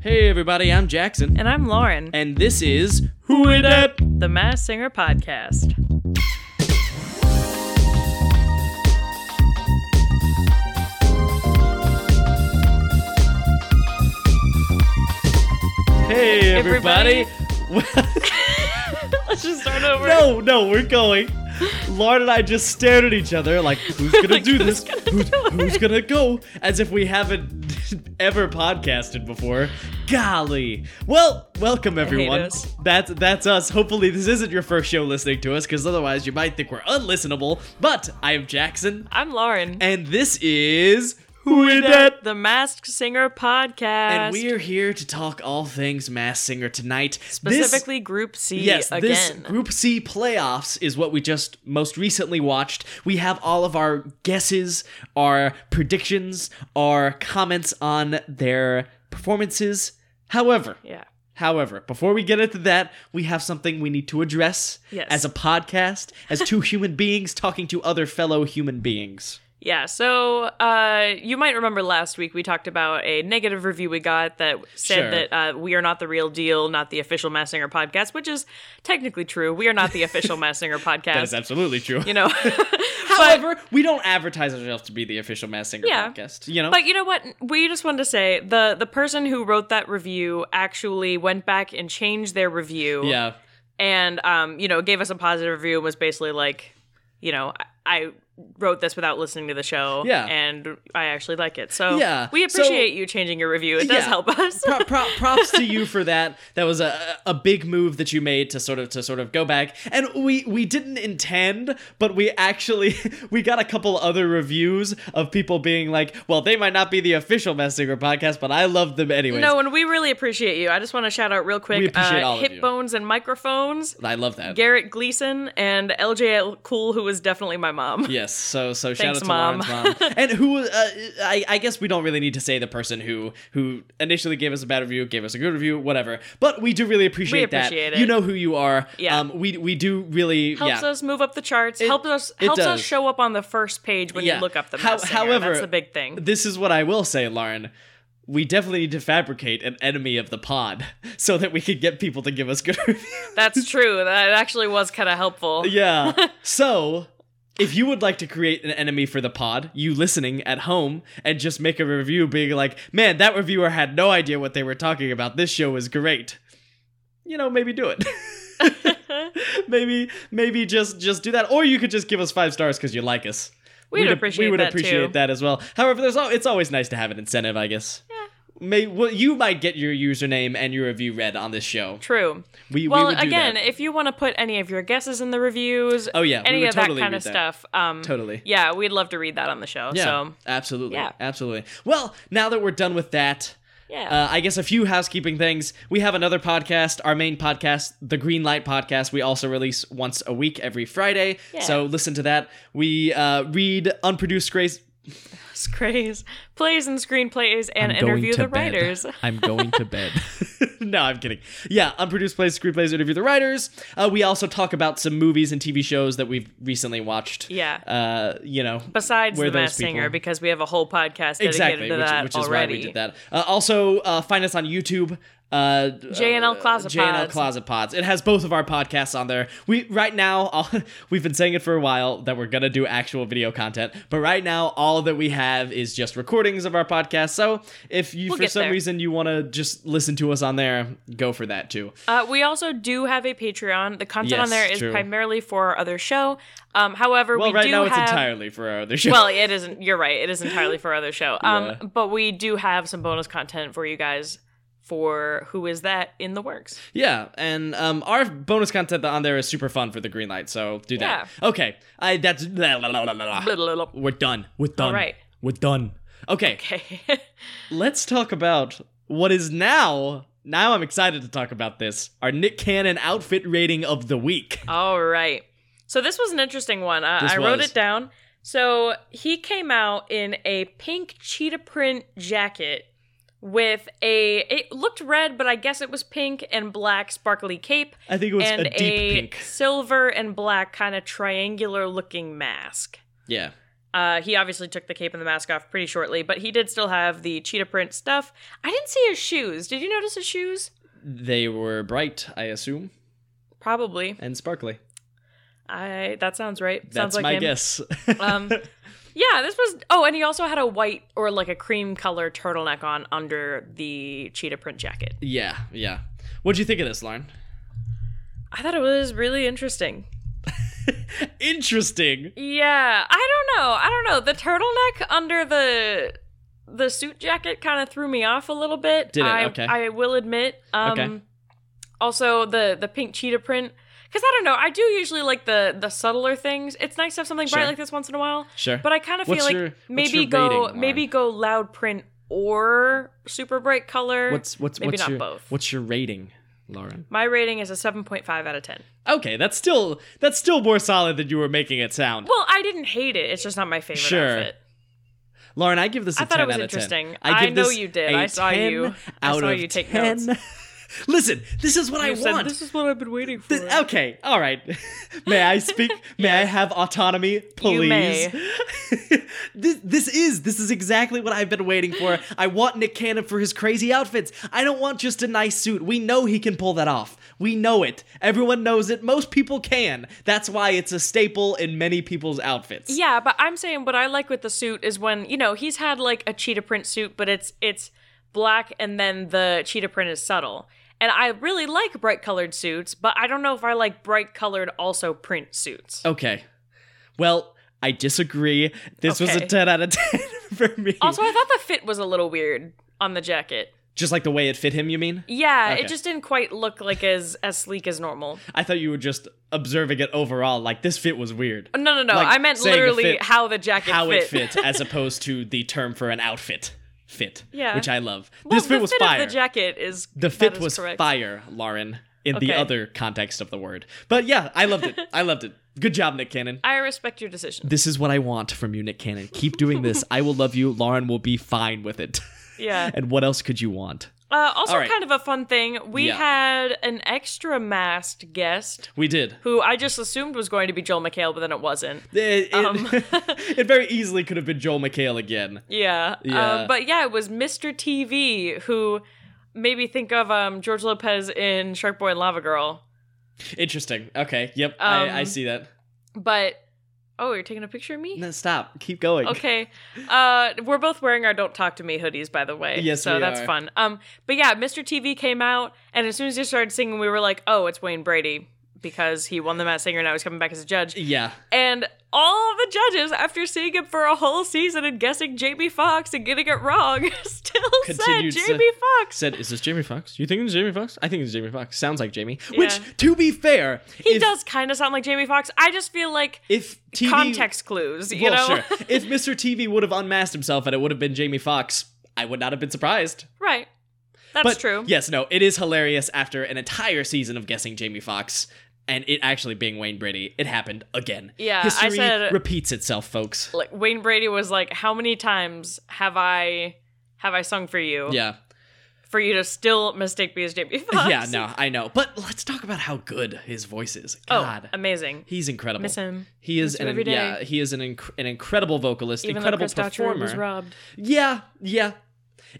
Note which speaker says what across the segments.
Speaker 1: Hey everybody, I'm Jackson,
Speaker 2: And I'm Lauren,
Speaker 1: and this is Who It At.
Speaker 2: the Mass Singer Podcast.
Speaker 1: Hey everybody.
Speaker 2: Let's just start over.
Speaker 1: no, no, we're going. Lauren and I just stared at each other like, who's gonna
Speaker 2: Like,
Speaker 1: do
Speaker 2: who's
Speaker 1: this?
Speaker 2: gonna
Speaker 1: who's,
Speaker 2: do it?
Speaker 1: who's gonna go? As if we haven't ever podcasted before. Golly. Well, welcome everyone.
Speaker 2: us.
Speaker 1: That's that's us. Hopefully this isn't your first show listening to us, because otherwise you might think we're unlistenable. But I am Jackson,
Speaker 2: I'm Lauren.
Speaker 1: and this is Who It At.
Speaker 2: the Masked Singer Podcast.
Speaker 1: And we are here to talk all things Mass Singer tonight. This-
Speaker 2: specifically Group C
Speaker 1: yes, this
Speaker 2: again.
Speaker 1: Group C playoffs is what we just most recently watched. We have all of our guesses, our predictions, our comments on their performances. However,
Speaker 2: yeah.
Speaker 1: However, before we get into that, we have something we need to address
Speaker 2: Yes.
Speaker 1: as a podcast, as two human beings talking to other fellow human beings.
Speaker 2: Yeah. So uh, you might remember last week we talked about a negative review we got that said
Speaker 1: Sure.
Speaker 2: that uh, we are not the real deal, not the official Mass Singer Podcast, which is technically true. We are not the official Mass Singer
Speaker 1: That
Speaker 2: Podcast.
Speaker 1: is absolutely true.
Speaker 2: you know. But-
Speaker 1: However, we don't advertise ourselves to be the official Mass Singer
Speaker 2: Yeah.
Speaker 1: podcast. You know,
Speaker 2: But you know what? We just wanted to say the the person who wrote that review actually went back and changed their review.
Speaker 1: yeah,
Speaker 2: And um, you know, gave us a positive review and was basically like, you know, I, I wrote this without listening to the show.
Speaker 1: Yeah.
Speaker 2: And I actually like it. So
Speaker 1: Yeah.
Speaker 2: we
Speaker 1: So-
Speaker 2: appreciate you changing your review. It does
Speaker 1: Yeah.
Speaker 2: help us.
Speaker 1: Pro- pro- props to you for that. That was a a big move that you made to sort of to sort of go back. And we we didn't intend, but we actually we got a couple other reviews of people being like, "Well, they might not be the official Mass Singer podcast, but I love them anyways."
Speaker 2: no, and we really appreciate you. I just want to shout out real quick
Speaker 1: We appreciate
Speaker 2: uh,
Speaker 1: all of
Speaker 2: Hip
Speaker 1: you.
Speaker 2: Bones and Microphones,
Speaker 1: I love that.
Speaker 2: Garrett Gleason, and LJL Cool, who was definitely my mom.
Speaker 1: Yes, so so shout
Speaker 2: Thanks,
Speaker 1: out to
Speaker 2: Mom.
Speaker 1: Lauren's mom. and who uh, I I guess we don't really need to say the person who who initially gave us a bad review, gave us a good review, whatever. But we do really appreciate,
Speaker 2: appreciate
Speaker 1: that.
Speaker 2: it.
Speaker 1: You know who you are.
Speaker 2: Yeah.
Speaker 1: Um, we we do really
Speaker 2: helps
Speaker 1: yeah.
Speaker 2: us move up the charts. helps us
Speaker 1: it
Speaker 2: helps
Speaker 1: does.
Speaker 2: us show up on the first page when
Speaker 1: Yeah.
Speaker 2: you look up the
Speaker 1: How-
Speaker 2: Masked Singer.
Speaker 1: however,
Speaker 2: that's the big thing.
Speaker 1: This is what I will say, Lauren. We definitely need to fabricate an enemy of the pod so that we could get people to give us good reviews.
Speaker 2: That's true. That actually was kind of helpful.
Speaker 1: yeah. So, if you would like to create an enemy for the pod, you listening at home, and just make a review being like, man, that reviewer had no idea what they were talking about. This show is great. You know, maybe do it. maybe maybe just just do that or you could just give us five stars because you like us
Speaker 2: We'd
Speaker 1: ap-
Speaker 2: appreciate
Speaker 1: we would
Speaker 2: that,
Speaker 1: appreciate
Speaker 2: too.
Speaker 1: that as well however there's al- it's always nice to have an incentive i guess May well, you might get your username and your review read on this show.
Speaker 2: True.
Speaker 1: We we
Speaker 2: well,
Speaker 1: would do
Speaker 2: again,
Speaker 1: that.
Speaker 2: if you want to put any of your guesses in the reviews,
Speaker 1: Oh, yeah, we
Speaker 2: any
Speaker 1: would
Speaker 2: of
Speaker 1: totally
Speaker 2: that kind of
Speaker 1: read that.
Speaker 2: stuff, um,
Speaker 1: Totally.
Speaker 2: yeah, we'd love to read that on the show.
Speaker 1: yeah,
Speaker 2: So
Speaker 1: absolutely,
Speaker 2: yeah.
Speaker 1: absolutely. Well, now that we're done with that,
Speaker 2: yeah,
Speaker 1: Uh, I guess a few housekeeping things. We have another podcast, our main podcast, the Green Light Podcast. We also release once a week every Friday.
Speaker 2: Yeah.
Speaker 1: So listen to that. We uh, read unproduced grace.
Speaker 2: it's crazy. Plays and screenplays and interview the writers.
Speaker 1: I'm going to bed. no, I'm kidding. Yeah, unproduced plays, screenplays, interview the writers. Uh, we also talk about some movies and TV shows that we've recently watched.
Speaker 2: Yeah.
Speaker 1: Uh, you know,
Speaker 2: Besides
Speaker 1: where
Speaker 2: the
Speaker 1: those
Speaker 2: Masked Singer,
Speaker 1: people-
Speaker 2: because we have a whole podcast dedicated
Speaker 1: exactly,
Speaker 2: to
Speaker 1: which,
Speaker 2: that
Speaker 1: which is
Speaker 2: already.
Speaker 1: why we did that. Uh, also, uh, find us on YouTube. Uh,
Speaker 2: JNL Closet
Speaker 1: J and L
Speaker 2: Pods.
Speaker 1: Closet Pods. It has both of our podcasts on there. We right now, all, we've been saying it for a while that we're gonna do actual video content, but right now, all that we have is just recordings of our podcast. So if you
Speaker 2: We'll
Speaker 1: for
Speaker 2: get
Speaker 1: some
Speaker 2: there.
Speaker 1: reason you want to just listen to us on there, go for that too.
Speaker 2: Uh, we also do have a Patreon. The content
Speaker 1: Yes,
Speaker 2: on there is
Speaker 1: true.
Speaker 2: primarily for our other show. Um, however,
Speaker 1: Well,
Speaker 2: we
Speaker 1: right
Speaker 2: do
Speaker 1: now
Speaker 2: have.
Speaker 1: it's entirely for our other show.
Speaker 2: well, it isn't. You're right. It is entirely for our other show. Um,
Speaker 1: Yeah.
Speaker 2: but we do have some bonus content for you guys for who is that in the works.
Speaker 1: Yeah, and um, our bonus content on there is super fun for the green light, so do that. Okay, I that's
Speaker 2: Blah, blah, blah, blah.
Speaker 1: we're done. We're done.
Speaker 2: All right.
Speaker 1: We're done. Okay,
Speaker 2: Okay.
Speaker 1: let's talk about what is now. Now I'm excited to talk about this. Our Nick Cannon outfit rating of the week.
Speaker 2: All right. So this was an interesting one. Uh,
Speaker 1: This
Speaker 2: I wrote
Speaker 1: was.
Speaker 2: it down. So he came out in a pink cheetah print jacket with a. It looked red, but I guess it was pink and black sparkly cape.
Speaker 1: I think it was
Speaker 2: and
Speaker 1: a deep pink.
Speaker 2: silver and black kind of triangular looking mask.
Speaker 1: Yeah.
Speaker 2: Uh, he obviously took the cape and the mask off pretty shortly, but he did still have the cheetah print stuff. I didn't see his shoes. Did you notice his shoes?
Speaker 1: They were bright, I assume,
Speaker 2: Probably.
Speaker 1: and sparkly.
Speaker 2: I that sounds right.
Speaker 1: That's
Speaker 2: sounds like
Speaker 1: my
Speaker 2: him.
Speaker 1: guess.
Speaker 2: Um, yeah, this was. Oh, and he also had a white or like a cream color turtleneck on under the cheetah print jacket.
Speaker 1: yeah, yeah. What'd you think of this, Lauren?
Speaker 2: I thought it was really interesting.
Speaker 1: Interesting.
Speaker 2: Yeah, I don't know. I don't know. The turtleneck under the the suit jacket kind of threw me off a little bit.
Speaker 1: Did it?
Speaker 2: I,
Speaker 1: Okay.
Speaker 2: I will admit. Um,
Speaker 1: Okay.
Speaker 2: Also, the the pink cheetah print. Because I don't know. I do usually like the the subtler things. It's nice to have something bright
Speaker 1: Sure.
Speaker 2: like this once in a while.
Speaker 1: Sure.
Speaker 2: But I kind of feel
Speaker 1: What's
Speaker 2: like
Speaker 1: your- what's
Speaker 2: maybe
Speaker 1: your
Speaker 2: go
Speaker 1: rating, Lauren?
Speaker 2: maybe go loud print or super bright color.
Speaker 1: what's what's
Speaker 2: maybe
Speaker 1: what's
Speaker 2: not
Speaker 1: your
Speaker 2: both.
Speaker 1: what's your rating, Lauren?
Speaker 2: My rating is a seven point five out of ten.
Speaker 1: Okay, that's still that's still more solid than you were making it sound.
Speaker 2: Well, I didn't hate it. It's just not my favorite
Speaker 1: Sure.
Speaker 2: outfit.
Speaker 1: Lauren, I give this a
Speaker 2: I thought
Speaker 1: 10
Speaker 2: it was
Speaker 1: out of 10.
Speaker 2: interesting.
Speaker 1: I, give
Speaker 2: I know
Speaker 1: this
Speaker 2: you did.
Speaker 1: a
Speaker 2: I saw
Speaker 1: 10
Speaker 2: you. I
Speaker 1: Out
Speaker 2: saw
Speaker 1: of
Speaker 2: you take
Speaker 1: 10.
Speaker 2: notes.
Speaker 1: Listen, this is what
Speaker 2: You
Speaker 1: I
Speaker 2: said,
Speaker 1: want.
Speaker 2: This is what I've been waiting for.
Speaker 1: Th- okay, all right. may I speak? May I have autonomy, please?
Speaker 2: may.
Speaker 1: this this is this is exactly what I've been waiting for. I want Nick Cannon for his crazy outfits. I don't want just a nice suit. We know he can pull that off. We know it. Everyone knows it. Most people can. That's why it's a staple in many people's outfits.
Speaker 2: Yeah, but I'm saying what I like with the suit is when you know he's had like a cheetah print suit, but it's it's black and then the cheetah print is subtle. And I really like bright colored suits, but I don't know if I like bright colored also print suits.
Speaker 1: Okay. Well, I disagree. This was
Speaker 2: Okay.
Speaker 1: a 10 out of 10 for me.
Speaker 2: Also, I thought the fit was a little weird on the jacket.
Speaker 1: just like the way it fit him, you mean?
Speaker 2: Yeah,
Speaker 1: Okay.
Speaker 2: it just didn't quite look like as as sleek as normal.
Speaker 1: I thought you were just observing it overall. Like, this fit was weird.
Speaker 2: No, no, no.
Speaker 1: Like,
Speaker 2: I meant
Speaker 1: saying it
Speaker 2: literally
Speaker 1: fit-
Speaker 2: how the jacket
Speaker 1: How
Speaker 2: fit.
Speaker 1: it fit, as opposed to the term for an outfit. Fit.
Speaker 2: Yeah.
Speaker 1: Which I love.
Speaker 2: Well,
Speaker 1: this fit
Speaker 2: the
Speaker 1: was
Speaker 2: fit
Speaker 1: fire.
Speaker 2: Of the jacket is
Speaker 1: The
Speaker 2: that
Speaker 1: fit
Speaker 2: is
Speaker 1: was
Speaker 2: correct.
Speaker 1: fire, Lauren, in the
Speaker 2: Okay.
Speaker 1: other context of the word. But yeah, I loved it. I loved it. Good job, Nick Cannon.
Speaker 2: I respect your decision.
Speaker 1: this is what I want from you, Nick Cannon. Keep doing this. I will love you. Lauren will be fine with it.
Speaker 2: Yeah.
Speaker 1: and what else could you want?
Speaker 2: Uh, also,
Speaker 1: All right.
Speaker 2: kind of a fun thing. We
Speaker 1: Yeah.
Speaker 2: had an extra masked guest
Speaker 1: We did.
Speaker 2: who I just assumed was going to be Joel McHale, but then it wasn't.
Speaker 1: It, it-
Speaker 2: Um.
Speaker 1: it very easily could have been Joel McHale again.
Speaker 2: Yeah.
Speaker 1: Yeah.
Speaker 2: Um, but yeah, it was Mr. TV who made me think of um, George Lopez in Shark Boy and Lava Girl.
Speaker 1: Interesting. Okay. Yep.
Speaker 2: Um.
Speaker 1: I, I see that.
Speaker 2: But oh, you're taking a picture of me.
Speaker 1: No, stop. Keep going.
Speaker 2: Okay. Uh we're both wearing our don't talk to me hoodies by the way.
Speaker 1: Yes,
Speaker 2: so
Speaker 1: we
Speaker 2: that's
Speaker 1: are.
Speaker 2: fun. Um but yeah, Mr. TV came out and as soon as he started singing we were like, "Oh, it's Wayne Brady." Because he won the Masked Singer, now he's coming back as a judge.
Speaker 1: Yeah.
Speaker 2: And all the judges, after seeing him for a whole season and guessing Jamie Foxx and getting it wrong, still
Speaker 1: Continued
Speaker 2: said
Speaker 1: to-
Speaker 2: Jamie Foxx.
Speaker 1: Said, is this Jamie Fox? You think it's Jamie Fox? I think it's Jamie Fox. Sounds like Jamie.
Speaker 2: Yeah.
Speaker 1: Which, to be fair,
Speaker 2: He
Speaker 1: if,
Speaker 2: does kind of sound like Jamie Foxx. I just feel like
Speaker 1: If TV,
Speaker 2: context clues, you
Speaker 1: well,
Speaker 2: know?
Speaker 1: sure. if Mr. TV would have unmasked himself and it would have been Jamie Fox, I would not have been surprised.
Speaker 2: right. That's
Speaker 1: but
Speaker 2: true.
Speaker 1: Yes, no, it is hilarious. After an entire season of guessing Jamie Foxx and it actually being Wayne Brady, it happened again.
Speaker 2: Yeah, I
Speaker 1: history
Speaker 2: said-
Speaker 1: repeats itself, folks.
Speaker 2: like Wayne Brady was like, "How many times have I have I sung for you
Speaker 1: Yeah,
Speaker 2: for you to still mistake me as Jamie Foxx?"
Speaker 1: yeah, no, I know. But let's talk about how good his voice is.
Speaker 2: Oh,
Speaker 1: God,
Speaker 2: amazing.
Speaker 1: he's incredible.
Speaker 2: Miss him.
Speaker 1: He is
Speaker 2: Miss him
Speaker 1: an
Speaker 2: every day.
Speaker 1: yeah, he is an inc- an incredible vocalist,
Speaker 2: Even though
Speaker 1: incredible
Speaker 2: Chris Daughtry was
Speaker 1: performer.
Speaker 2: robbed,
Speaker 1: Yeah, yeah.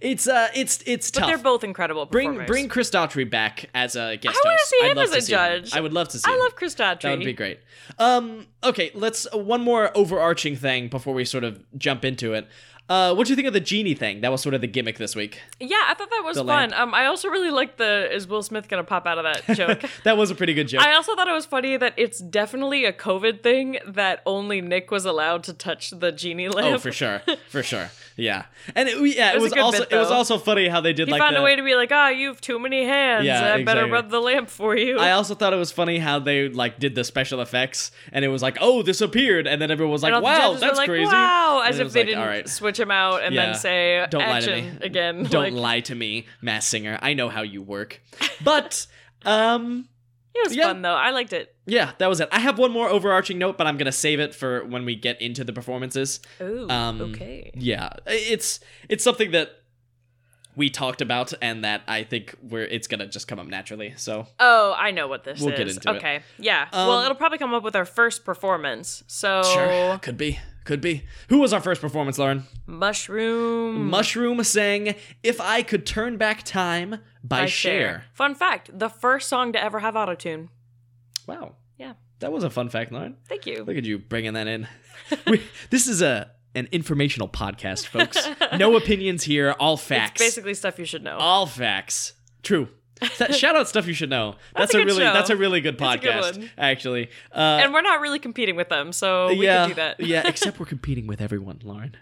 Speaker 1: It's uh, it's it's
Speaker 2: but
Speaker 1: tough.
Speaker 2: they're both incredible.
Speaker 1: bring
Speaker 2: performers.
Speaker 1: bring Chris Daughtry back as a guest
Speaker 2: I wanna
Speaker 1: host.
Speaker 2: see
Speaker 1: I'd
Speaker 2: him
Speaker 1: love
Speaker 2: as
Speaker 1: to
Speaker 2: a
Speaker 1: see him.
Speaker 2: judge.
Speaker 1: I would love to see.
Speaker 2: I
Speaker 1: him.
Speaker 2: love Chris Daughtry.
Speaker 1: That would be great. Um, okay, let's uh, one more overarching thing before we sort of jump into it. Uh, what do you think of the genie thing? That was sort of the gimmick this week.
Speaker 2: Yeah, I thought that was
Speaker 1: The
Speaker 2: fun.
Speaker 1: lamp.
Speaker 2: Um, I also really liked the "Is Will Smith gonna pop out of that?" joke.
Speaker 1: that was a pretty good joke.
Speaker 2: I also thought it was funny that it's definitely a COVID thing that only Nick was allowed to touch the genie lamp.
Speaker 1: oh, for sure, for sure. Yeah, and it, we- yeah,
Speaker 2: It
Speaker 1: it
Speaker 2: was a
Speaker 1: was
Speaker 2: good
Speaker 1: also
Speaker 2: bit,
Speaker 1: it was
Speaker 2: though.
Speaker 1: also funny how they did
Speaker 2: He
Speaker 1: like
Speaker 2: found
Speaker 1: the,
Speaker 2: a way to be like, "Ah, you have too many hands.
Speaker 1: Yeah,
Speaker 2: I better
Speaker 1: exactly.
Speaker 2: rub the lamp for you."
Speaker 1: I also thought it was funny how they like did the special effects, and it was like, oh, this appeared, and then everyone was like,
Speaker 2: And all the
Speaker 1: wow,
Speaker 2: judges were
Speaker 1: that's
Speaker 2: like,
Speaker 1: crazy.
Speaker 2: Wow,
Speaker 1: And
Speaker 2: as
Speaker 1: it
Speaker 2: if
Speaker 1: was
Speaker 2: they
Speaker 1: like,
Speaker 2: didn't
Speaker 1: All right,
Speaker 2: switch him out and
Speaker 1: Yeah.
Speaker 2: then say
Speaker 1: Don't lie to
Speaker 2: action
Speaker 1: me
Speaker 2: again.
Speaker 1: Don't
Speaker 2: like,
Speaker 1: lie to me, Mass Singer. I know how you work. But um,
Speaker 2: It was
Speaker 1: Yeah.
Speaker 2: fun though. I liked it.
Speaker 1: yeah, that was it. I have one more overarching note, but I'm gonna save it for when we get into the performances.
Speaker 2: Ooh,
Speaker 1: Um,
Speaker 2: okay.
Speaker 1: Yeah, it's it's something that. we talked about, and that I think we're it's gonna just come up naturally. So
Speaker 2: Oh, I know what this
Speaker 1: We'll
Speaker 2: is.
Speaker 1: get into it.
Speaker 2: okay. Yeah.
Speaker 1: Um,
Speaker 2: well, it'll probably come up with our first performance. So
Speaker 1: sure, could be, could be. Who was our first performance, Lauren?
Speaker 2: mushroom
Speaker 1: Mushroom sang "If I Could Turn Back Time" by,
Speaker 2: by
Speaker 1: Cher.
Speaker 2: Fun fact, the first song to ever have autotune.
Speaker 1: Wow.
Speaker 2: Yeah.
Speaker 1: That was a fun fact, Lauren.
Speaker 2: Thank you.
Speaker 1: Look at you bringing that in. we, this is a an informational podcast, folks. No opinions here, all facts. Uh,
Speaker 2: Basically stuff you should know.
Speaker 1: all facts. True. Th- Shout out stuff you should know. That's,
Speaker 2: a
Speaker 1: a,
Speaker 2: good
Speaker 1: really
Speaker 2: show.
Speaker 1: that's a really good
Speaker 2: That's a good
Speaker 1: podcast,
Speaker 2: one.
Speaker 1: actually. Uh,
Speaker 2: and we're not really competing with them, so we
Speaker 1: yeah,
Speaker 2: can do that.
Speaker 1: yeah. Except we're competing with everyone, Lauren.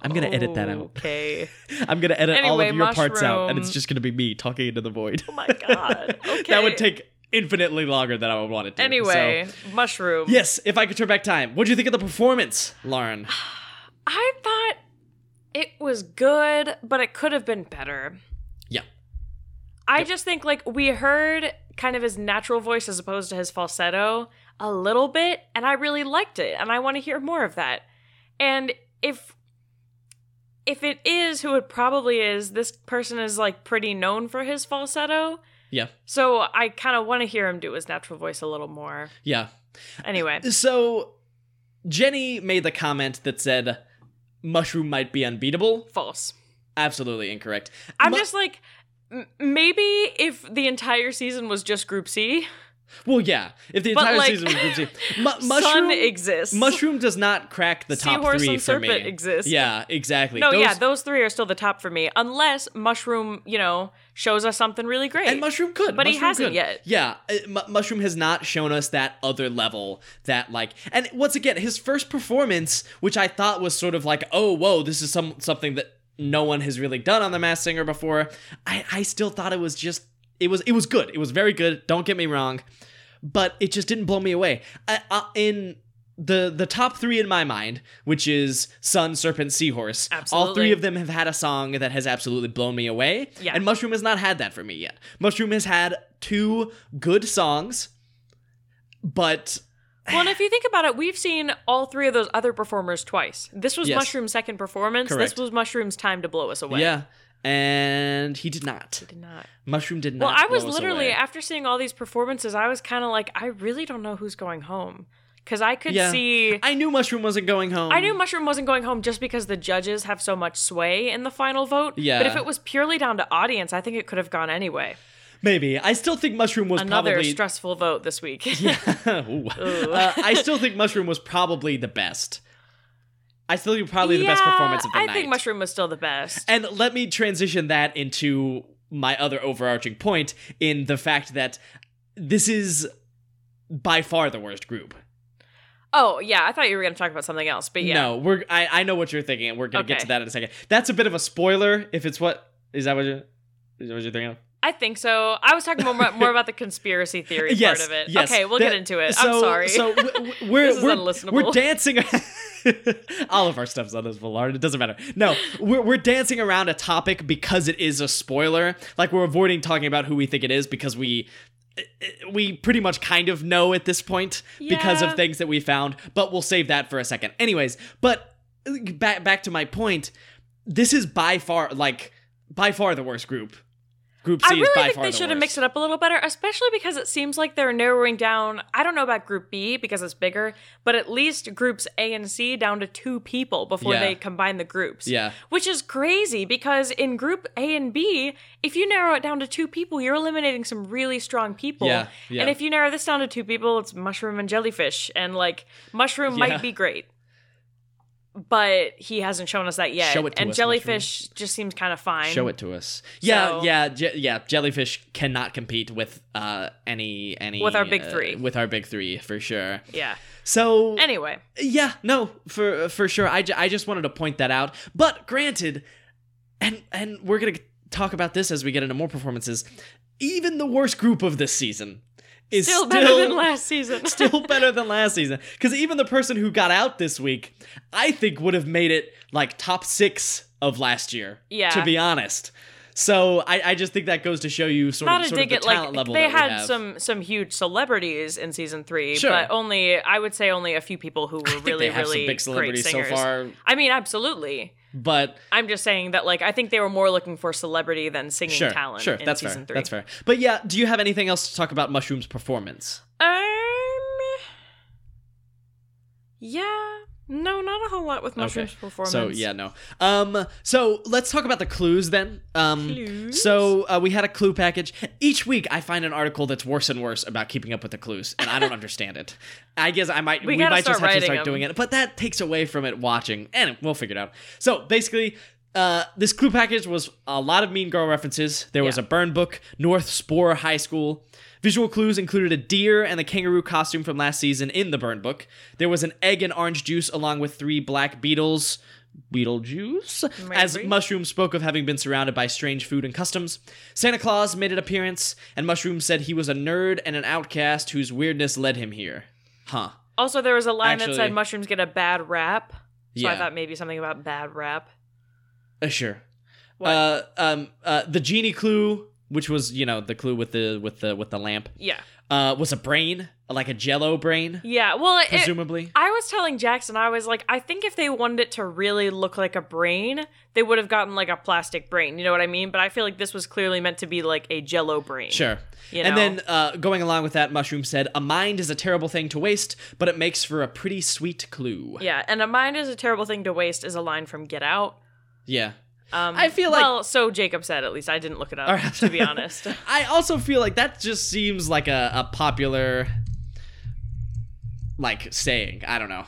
Speaker 1: I'm gonna edit that
Speaker 2: Oh.
Speaker 1: out.
Speaker 2: Okay.
Speaker 1: I'm gonna edit all
Speaker 2: Anyway,
Speaker 1: of your parts out, and it's
Speaker 2: mushroom.
Speaker 1: just gonna be me talking into the void.
Speaker 2: Oh my god. Okay.
Speaker 1: that would take infinitely longer than I would want it to.
Speaker 2: Anyway,
Speaker 1: so-
Speaker 2: mushroom.
Speaker 1: yes. If I could turn back time, what do you think of the performance, Lauren?
Speaker 2: I thought it was good, but it could have been better.
Speaker 1: Yeah.
Speaker 2: I just think like we heard kind of his natural voice as opposed to his falsetto a little bit, and I really liked it, and I want to hear more of that. And if if it is who it probably is, this person is like pretty known for his falsetto.
Speaker 1: Yeah.
Speaker 2: So I kind of want to hear him do his natural voice a little more.
Speaker 1: Yeah.
Speaker 2: Anyway,
Speaker 1: So Jenny made the comment that said mushroom might be unbeatable.
Speaker 2: false.
Speaker 1: Absolutely incorrect.
Speaker 2: I'm
Speaker 1: Mu-
Speaker 2: just like m- maybe if the entire season was just group C,
Speaker 1: well, yeah. If the
Speaker 2: But,
Speaker 1: entire
Speaker 2: like,
Speaker 1: season was Group C, Mu-
Speaker 2: sun
Speaker 1: mushroom
Speaker 2: exists.
Speaker 1: mushroom does not crack the top
Speaker 2: Seahorse
Speaker 1: three
Speaker 2: and
Speaker 1: for me.
Speaker 2: serpent exist.
Speaker 1: Yeah, exactly.
Speaker 2: No,
Speaker 1: Those-
Speaker 2: yeah, those three are still the top for me, unless Mushroom, you know, shows us something really great.
Speaker 1: and mushroom could,
Speaker 2: But he
Speaker 1: Mushroom
Speaker 2: hasn't
Speaker 1: could.
Speaker 2: yet.
Speaker 1: Yeah, uh, Mu- mushroom has not shown us that other level. That like, and once again, his first performance, which I thought was sort of like, oh, whoa, this is some something that no one has really done on the Mass Singer before. I I still thought it was just it was it was good. It was very good. Don't get me wrong, but it just didn't blow me away. I, I, in the the top three in my mind, which is Sun, Serpent, Seahorse. All three
Speaker 2: Absolutely.
Speaker 1: of them have had a song that has absolutely blown me away.
Speaker 2: Yeah.
Speaker 1: And Mushroom has not had that for me yet. Mushroom has had two good songs, but
Speaker 2: well, and if you think about it, we've seen all three of those other performers twice. This was
Speaker 1: Yes.
Speaker 2: Mushroom's second performance.
Speaker 1: Correct.
Speaker 2: This was Mushroom's time to blow us away.
Speaker 1: yeah. And he did not.
Speaker 2: Did not.
Speaker 1: Mushroom did not.
Speaker 2: Well, I was
Speaker 1: blow us
Speaker 2: literally
Speaker 1: away.
Speaker 2: after seeing all these performances, I was kind of like, I really don't know who's going home because I could
Speaker 1: Yeah.
Speaker 2: see.
Speaker 1: I knew Mushroom wasn't going home.
Speaker 2: I knew Mushroom wasn't going home just because the judges have so much sway in the final vote.
Speaker 1: Yeah.
Speaker 2: But if it was purely down to audience, I think it could have gone anyway.
Speaker 1: Maybe. I still think Mushroom was
Speaker 2: Another
Speaker 1: probably.
Speaker 2: stressful vote this week.
Speaker 1: Ooh. Uh, I still think Mushroom was probably the best. I still think probably the best
Speaker 2: Yeah,
Speaker 1: performance of the
Speaker 2: I
Speaker 1: night.
Speaker 2: think Mushroom was still the best.
Speaker 1: And let me transition that into my other overarching point in the fact that this is by far the worst group.
Speaker 2: Oh yeah, I thought you were going to talk about something else, but yeah,
Speaker 1: No, we're I, I know what you're thinking, and we're gonna get
Speaker 2: Okay.
Speaker 1: to that in a second. That's a bit of a spoiler. If it's what is that what you is that what you're thinking of?
Speaker 2: I think so. I was talking more, more about the conspiracy theory
Speaker 1: yes,
Speaker 2: part of it.
Speaker 1: yes.
Speaker 2: okay, we'll
Speaker 1: That-
Speaker 2: get into it.
Speaker 1: so-
Speaker 2: I'm sorry.
Speaker 1: So w- w- we're
Speaker 2: This is
Speaker 1: we're,
Speaker 2: unlistenable.
Speaker 1: we're dancing. All of our stuff's unlistenable, Lauren. It doesn't matter. No, we're we're dancing around a topic because it is a spoiler. Like we're avoiding talking about who we think it is because we eh, we pretty much kind of know at this point because of
Speaker 2: Yeah.
Speaker 1: things that we found. But we'll save that for a second. Anyways, but back back to my point. This is by far like by far the worst group. Group C
Speaker 2: I
Speaker 1: is by
Speaker 2: really think
Speaker 1: far
Speaker 2: they
Speaker 1: the
Speaker 2: should have
Speaker 1: worst.
Speaker 2: mixed it up a little better, especially because it seems like they're narrowing down. I don't know about Group B because it's bigger, but at least groups A and C down to two people before
Speaker 1: Yeah.
Speaker 2: they combine the groups.
Speaker 1: Yeah.
Speaker 2: Which is crazy because in group A and B, if you narrow it down to two people, you're eliminating some really strong people.
Speaker 1: Yeah, yeah.
Speaker 2: And if you narrow this down to two people, it's mushroom and jellyfish. And like mushroom
Speaker 1: Yeah.
Speaker 2: might be great. But he hasn't shown us that yet.
Speaker 1: Show it to
Speaker 2: and
Speaker 1: us,
Speaker 2: jellyfish just seems kind of fine.
Speaker 1: Show it to us. Yeah,
Speaker 2: So-
Speaker 1: yeah, je- yeah. Jellyfish cannot compete with uh any any
Speaker 2: With our big
Speaker 1: uh,
Speaker 2: three.
Speaker 1: with our big three for sure.
Speaker 2: Yeah.
Speaker 1: So
Speaker 2: Anyway.
Speaker 1: yeah, no, for for sure. I, ju- I just wanted to point that out. But granted, and and we're gonna talk about this as we get into more performances. Even the worst group of this season is
Speaker 2: still better than last season.
Speaker 1: still better than last season. Because even the person who got out this week, I think would have made it like top six of last year.
Speaker 2: Yeah.
Speaker 1: To be honest. So I, I just think that goes to show you sort
Speaker 2: not
Speaker 1: of,
Speaker 2: a
Speaker 1: sort of
Speaker 2: dig
Speaker 1: the
Speaker 2: at
Speaker 1: talent
Speaker 2: like
Speaker 1: level
Speaker 2: they
Speaker 1: that we
Speaker 2: had
Speaker 1: have.
Speaker 2: some some huge celebrities in season three,
Speaker 1: Sure.
Speaker 2: but only I would say only a few people who were
Speaker 1: I think
Speaker 2: really
Speaker 1: they have
Speaker 2: really
Speaker 1: some big
Speaker 2: great
Speaker 1: celebrities so
Speaker 2: singers.
Speaker 1: far.
Speaker 2: I mean, absolutely.
Speaker 1: But
Speaker 2: I'm just saying that like I think they were more looking for celebrity than singing
Speaker 1: sure,
Speaker 2: talent
Speaker 1: sure,
Speaker 2: in
Speaker 1: that's fair.
Speaker 2: season three.
Speaker 1: That's fair. But yeah, do you have anything else to talk about Mushroom's performance?
Speaker 2: Um, yeah, no, not a whole lot with mushrooms performance.
Speaker 1: So yeah, no. Um, so let's talk about the clues then. Um,
Speaker 2: Clues?
Speaker 1: so uh, we had a clue package. Each week, I find an article that's worse and worse about keeping up with the clues, and I don't understand it. I guess I might
Speaker 2: We
Speaker 1: we,
Speaker 2: gotta
Speaker 1: might just
Speaker 2: start
Speaker 1: have to start
Speaker 2: writing 'em.
Speaker 1: doing it, but that takes away from it watching, and we'll figure it out. So basically. Uh, this clue package was a lot of Mean Girl references. There was
Speaker 2: Yeah.
Speaker 1: a burn book, North Spore High School. Visual clues included a deer and the kangaroo costume from last season in the burn book. There was an egg and orange juice along with three black beetles. Beetlejuice, as
Speaker 2: Maybe.
Speaker 1: Mushroom spoke of having been surrounded by strange food and customs. Santa Claus made an appearance, and Mushroom said he was a nerd and an outcast whose weirdness led him here. Huh.
Speaker 2: Also, there was a line that
Speaker 1: Actually-
Speaker 2: said mushrooms get a bad rap. So I
Speaker 1: Yeah.
Speaker 2: thought maybe something about bad rap.
Speaker 1: Uh, sure.
Speaker 2: What?
Speaker 1: Uh, um, uh, the genie clue, which was you know the clue with the with the with the lamp,
Speaker 2: Yeah,
Speaker 1: uh, was a brain, like a Jello brain,
Speaker 2: yeah. Well, it,
Speaker 1: presumably.
Speaker 2: I was telling Jackson, I was like, I think if they wanted it to really look like a brain, they would have gotten like a plastic brain. You know what I mean? But I feel like this was clearly meant to be like a Jello brain.
Speaker 1: Sure.
Speaker 2: You
Speaker 1: and
Speaker 2: know?
Speaker 1: then uh, going along with that, Mushroom said, "A mind is a terrible thing to waste, but it makes for a pretty sweet clue."
Speaker 2: Yeah, and a mind is a terrible thing to waste is a line from Get Out.
Speaker 1: Yeah.
Speaker 2: Um,
Speaker 1: I feel like-
Speaker 2: well, so Jacob said. At least I didn't look it up,
Speaker 1: All right.
Speaker 2: to be honest.
Speaker 1: I also feel like that just seems like a, a popular like saying. I don't know.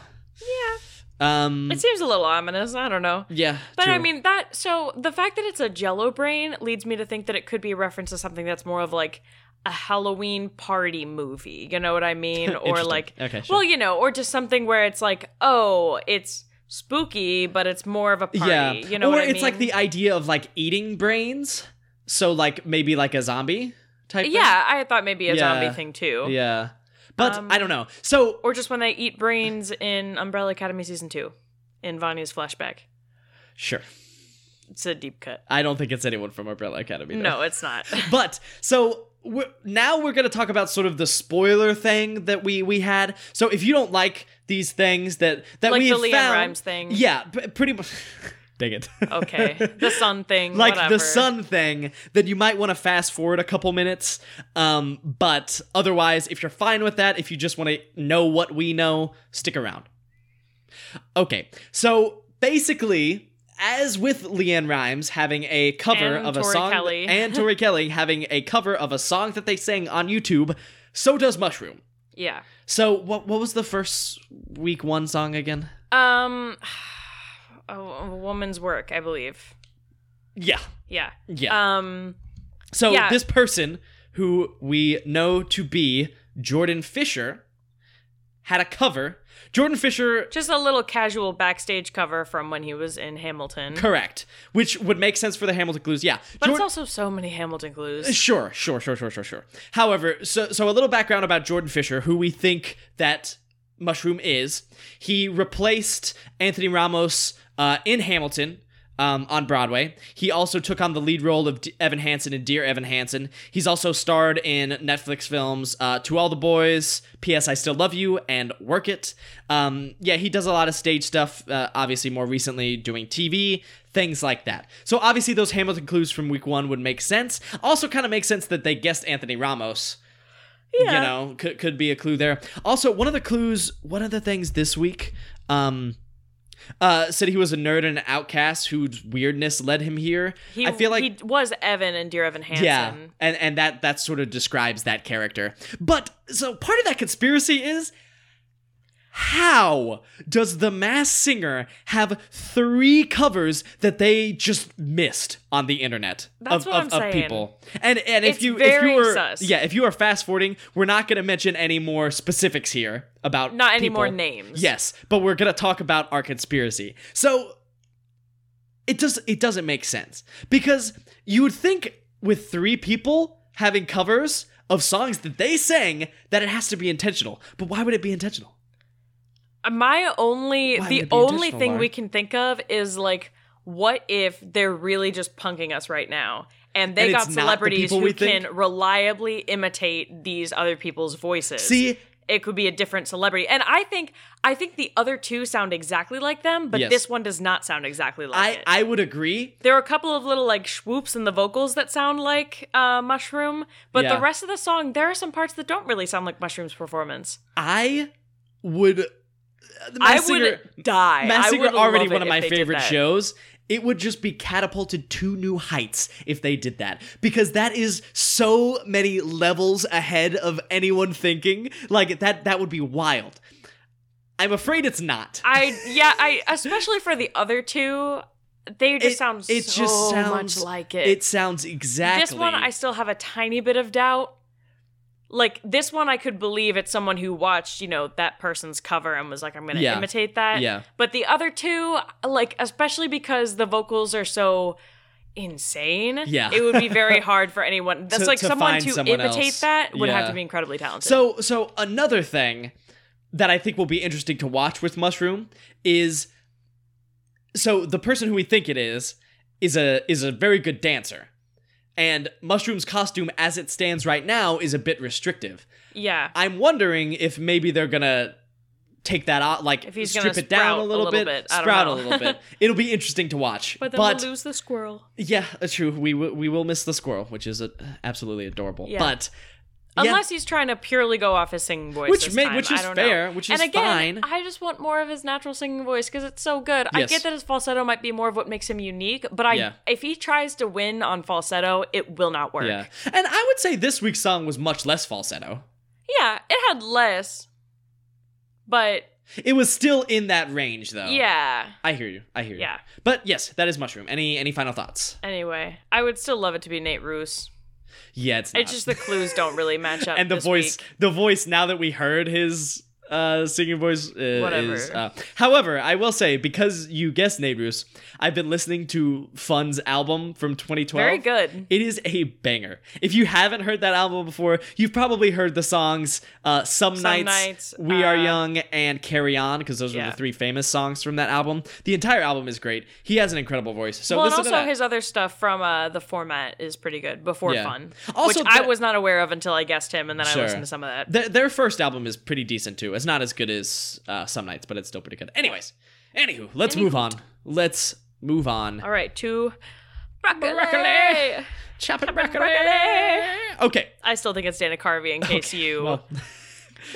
Speaker 2: yeah,
Speaker 1: Um.
Speaker 2: it seems a little ominous. I don't know.
Speaker 1: yeah.
Speaker 2: But I
Speaker 1: true.
Speaker 2: mean that. So the fact that it's a Jello brain leads me to think that it could be a reference to something that's more of like a Halloween party movie. You know what I mean? Or
Speaker 1: Interesting.
Speaker 2: like,
Speaker 1: Okay, sure.
Speaker 2: well, you know, or just something where it's like, oh, it's spooky, but it's more of a party.
Speaker 1: yeah.
Speaker 2: You know
Speaker 1: or
Speaker 2: what I
Speaker 1: it's
Speaker 2: mean?
Speaker 1: like the idea of like eating brains. So like maybe like a zombie type. thing?
Speaker 2: yeah. I thought maybe a
Speaker 1: Yeah.
Speaker 2: zombie thing too.
Speaker 1: Yeah. But
Speaker 2: Um,
Speaker 1: I don't know. So
Speaker 2: Or just when they eat brains in Umbrella Academy season two, in Vanya's flashback.
Speaker 1: sure.
Speaker 2: It's a deep cut.
Speaker 1: I don't think it's anyone from Umbrella Academy. though.
Speaker 2: No, it's not.
Speaker 1: But so we're, now we're going to talk about sort of the spoiler thing that we we had. So if you don't like these things that that
Speaker 2: Like
Speaker 1: we
Speaker 2: the
Speaker 1: have
Speaker 2: Leanne
Speaker 1: found,
Speaker 2: Rimes thing?
Speaker 1: yeah, p- pretty much. Dang it.
Speaker 2: Okay, the sun thing.
Speaker 1: Like
Speaker 2: whatever.
Speaker 1: the sun thing, then you might want to fast forward a couple minutes. Um, but otherwise, if you're fine with that, if you just want to know what we know, stick around. Okay, so basically, as with Leanne Rhymes having a cover
Speaker 2: And
Speaker 1: of a
Speaker 2: Tori
Speaker 1: song
Speaker 2: Kelly.
Speaker 1: and Tori Kelly having a cover of a song that they sang on YouTube, so does Mushroom.
Speaker 2: Yeah.
Speaker 1: So what what was the first week one song again?
Speaker 2: Um, a, a woman's work, I believe.
Speaker 1: Yeah,
Speaker 2: Yeah.
Speaker 1: yeah.
Speaker 2: Um,
Speaker 1: So
Speaker 2: Yeah.
Speaker 1: this person who we know to be Jordan Fisher had a cover. Jordan Fisher
Speaker 2: just a little casual backstage cover from when he was in Hamilton.
Speaker 1: correct, which would make sense for the Hamilton clues. Yeah.
Speaker 2: But
Speaker 1: Jor-
Speaker 2: it's also so many Hamilton clues.
Speaker 1: Sure, sure, sure, sure, sure, sure. However, so so a little background about Jordan Fisher, who we think that Mushroom is. He replaced Anthony Ramos uh, in Hamilton. Um, on Broadway, he also took on the lead role of D- Evan Hansen in Dear Evan Hansen. He's also starred in Netflix films uh, To All the Boys, P.S. I Still Love You, and Work It. Um, yeah, he does a lot of stage stuff. Uh, obviously, more recently doing TV things like that. So obviously those Hamilton clues from week one would make sense. Also kind of makes sense that they guessed Anthony Ramos.
Speaker 2: Yeah.
Speaker 1: You know, could could be a clue there. Also, one of the clues, one of the things this week, um uh said he was a nerd and an outcast whose weirdness led him here.
Speaker 2: He,
Speaker 1: I feel like
Speaker 2: he was Evan and Dear Evan Hansen.
Speaker 1: yeah, and and that that sort of describes that character. But so part of that conspiracy is how does the mass singer have three covers that they just missed on the internet
Speaker 2: That's
Speaker 1: of,
Speaker 2: what
Speaker 1: of,
Speaker 2: I'm
Speaker 1: of
Speaker 2: saying.
Speaker 1: people? And and if
Speaker 2: It's
Speaker 1: you if
Speaker 2: very
Speaker 1: you were
Speaker 2: sus.
Speaker 1: yeah if you are fast forwarding, we're not going to mention any more specifics here about
Speaker 2: Not any more
Speaker 1: people.
Speaker 2: names.
Speaker 1: Yes, but we're gonna talk about our conspiracy. So it does it doesn't make sense because you would think with three people having covers of songs that they sang that it has to be intentional. But why would it be intentional?
Speaker 2: Uh, My only,
Speaker 1: Why would
Speaker 2: the
Speaker 1: it be
Speaker 2: only
Speaker 1: additional,
Speaker 2: thing
Speaker 1: Lauren?
Speaker 2: we can think of is like, what if they're really just punking us right now? And they
Speaker 1: And it's
Speaker 2: got
Speaker 1: not the
Speaker 2: celebrities
Speaker 1: people
Speaker 2: who
Speaker 1: we think?
Speaker 2: can reliably imitate these other people's voices.
Speaker 1: See,
Speaker 2: it could be a different celebrity. And I think I think the other two sound exactly like them, but
Speaker 1: Yes.
Speaker 2: this one does not sound exactly like
Speaker 1: I,
Speaker 2: it.
Speaker 1: I would agree.
Speaker 2: there are a couple of little like swoops in the vocals that sound like uh, Mushroom, but
Speaker 1: Yeah.
Speaker 2: the rest of the song, there are some parts that don't really sound like Mushroom's performance.
Speaker 1: I would.
Speaker 2: I
Speaker 1: Masked Singer-
Speaker 2: would die.
Speaker 1: Masked
Speaker 2: I
Speaker 1: Singer
Speaker 2: would
Speaker 1: already
Speaker 2: love it
Speaker 1: one of
Speaker 2: if
Speaker 1: my
Speaker 2: they did
Speaker 1: favorite
Speaker 2: that.
Speaker 1: shows. It would just be catapulted to new heights if they did that because that is so many levels ahead of anyone thinking. Like that that would be wild. I'm afraid it's not.
Speaker 2: I yeah, I especially for the other two, they just
Speaker 1: It-
Speaker 2: sound
Speaker 1: it
Speaker 2: so
Speaker 1: just sounds-
Speaker 2: much like it.
Speaker 1: It sounds exactly
Speaker 2: This one I still have a tiny bit of doubt. Like this one I could believe it's someone who watched, you know, that person's cover and was like I'm going to
Speaker 1: Yeah.
Speaker 2: imitate that.
Speaker 1: Yeah.
Speaker 2: But the other two like especially because the vocals are so insane.
Speaker 1: Yeah.
Speaker 2: It would be very hard for anyone. That's
Speaker 1: To-
Speaker 2: like
Speaker 1: to
Speaker 2: someone
Speaker 1: find
Speaker 2: to
Speaker 1: someone
Speaker 2: imitate
Speaker 1: else.
Speaker 2: that would have
Speaker 1: Yeah.
Speaker 2: to be incredibly talented.
Speaker 1: So so another thing that I think will be interesting to watch with Mushroom is so the person who we think it is is a is a very good dancer. And Mushroom's costume as it stands right now is a bit restrictive.
Speaker 2: yeah.
Speaker 1: I'm wondering if maybe they're going to take that out like
Speaker 2: If he's gonna
Speaker 1: strip it down
Speaker 2: sprout
Speaker 1: a
Speaker 2: a
Speaker 1: little,
Speaker 2: little
Speaker 1: bit,
Speaker 2: bit, I don't
Speaker 1: sprout a
Speaker 2: know.
Speaker 1: little bit. It'll be interesting to watch.
Speaker 2: But then we'll lose the squirrel.
Speaker 1: yeah, that's true. We will we will miss the squirrel, which is a, absolutely adorable.
Speaker 2: Yeah.
Speaker 1: But yeah.
Speaker 2: Unless he's trying to purely go off his singing voice,
Speaker 1: Which
Speaker 2: this
Speaker 1: may-
Speaker 2: time.
Speaker 1: which
Speaker 2: I
Speaker 1: is
Speaker 2: don't
Speaker 1: fair,
Speaker 2: know.
Speaker 1: which is
Speaker 2: and
Speaker 1: fine.
Speaker 2: again, I just want more of his natural singing voice because it's so good. I
Speaker 1: Yes.
Speaker 2: get that his falsetto might be more of what makes him unique, but I
Speaker 1: Yeah.
Speaker 2: if he tries to win on falsetto, it will not work.
Speaker 1: Yeah. And I would say this week's song was much less falsetto.
Speaker 2: Yeah, it had less, but
Speaker 1: It was still in that range though.
Speaker 2: yeah.
Speaker 1: I hear you. I hear you.
Speaker 2: Yeah.
Speaker 1: But yes, that is Mushroom. Any any final thoughts?
Speaker 2: Anyway, I would still love it to be Nate Roos.
Speaker 1: Yeah, it's not.
Speaker 2: It's just the clues don't really match up.
Speaker 1: and the
Speaker 2: this
Speaker 1: voice
Speaker 2: week.
Speaker 1: the voice now that we heard his uh singing voice uh,
Speaker 2: Whatever.
Speaker 1: is uh, however i will say because you guessed Nate Roos, i've been listening to fun's album from 2012
Speaker 2: very good.
Speaker 1: It is a banger. If you haven't heard that album before, you've probably heard the songs uh, Some,
Speaker 2: Some
Speaker 1: Nights,
Speaker 2: Nights,
Speaker 1: We Are
Speaker 2: uh,
Speaker 1: Young, and Carry On, because those are
Speaker 2: Yeah.
Speaker 1: the three famous songs from that album. The entire album is great. He has an incredible voice. So
Speaker 2: well, and
Speaker 1: listen to
Speaker 2: also
Speaker 1: that.
Speaker 2: his other stuff from uh, the format is pretty good. Before
Speaker 1: Yeah.
Speaker 2: fun,
Speaker 1: Also,
Speaker 2: which I
Speaker 1: the-
Speaker 2: was not aware of until I guessed him, and then
Speaker 1: Sure.
Speaker 2: I listened to some of that.
Speaker 1: Their, their first album is pretty decent too. It's not as good as uh, Some Nights, but it's still pretty good. Anyways, anywho, let's move on. Let's move on.
Speaker 2: All right, two. Broccoli.
Speaker 1: Broccoli. Chop it, broccoli. Okay.
Speaker 2: I still think it's Dana Carvey in case you. Well,
Speaker 1: Well,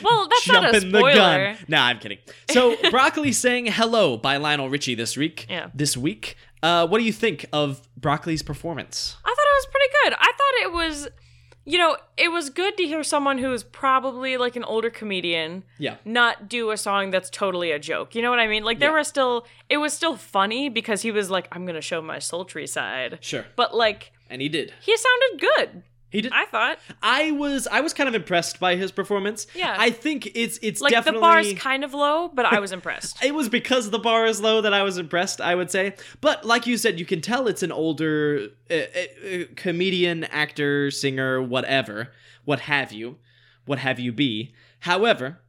Speaker 2: that's not a
Speaker 1: jumping the
Speaker 2: spoiler.
Speaker 1: gun. Nah, I'm kidding. So Broccoli sang "Hello" by Lionel Richie this week.
Speaker 2: Yeah.
Speaker 1: This week, uh, what do you think of Broccoli's performance?
Speaker 2: I thought it was pretty good. I thought it was, you know, it was good to hear someone who's probably like an older comedian
Speaker 1: Yeah.
Speaker 2: not do a song that's totally a joke. You know what I mean? Like there
Speaker 1: Yeah.
Speaker 2: were still, it was still funny because he was like, "I'm gonna show my sultry side,"
Speaker 1: Sure.
Speaker 2: but like
Speaker 1: And he did.
Speaker 2: he sounded good.
Speaker 1: He did.
Speaker 2: I thought
Speaker 1: I was I was kind of impressed by his performance.
Speaker 2: Yeah.
Speaker 1: I think it's it's
Speaker 2: like
Speaker 1: definitely
Speaker 2: the bar's kind of low, but I was impressed.
Speaker 1: it was because the bar is low that I was impressed, I would say. But like you said, you can tell it's an older uh, uh, uh, comedian, actor, singer, whatever, what have you, what have you be. However,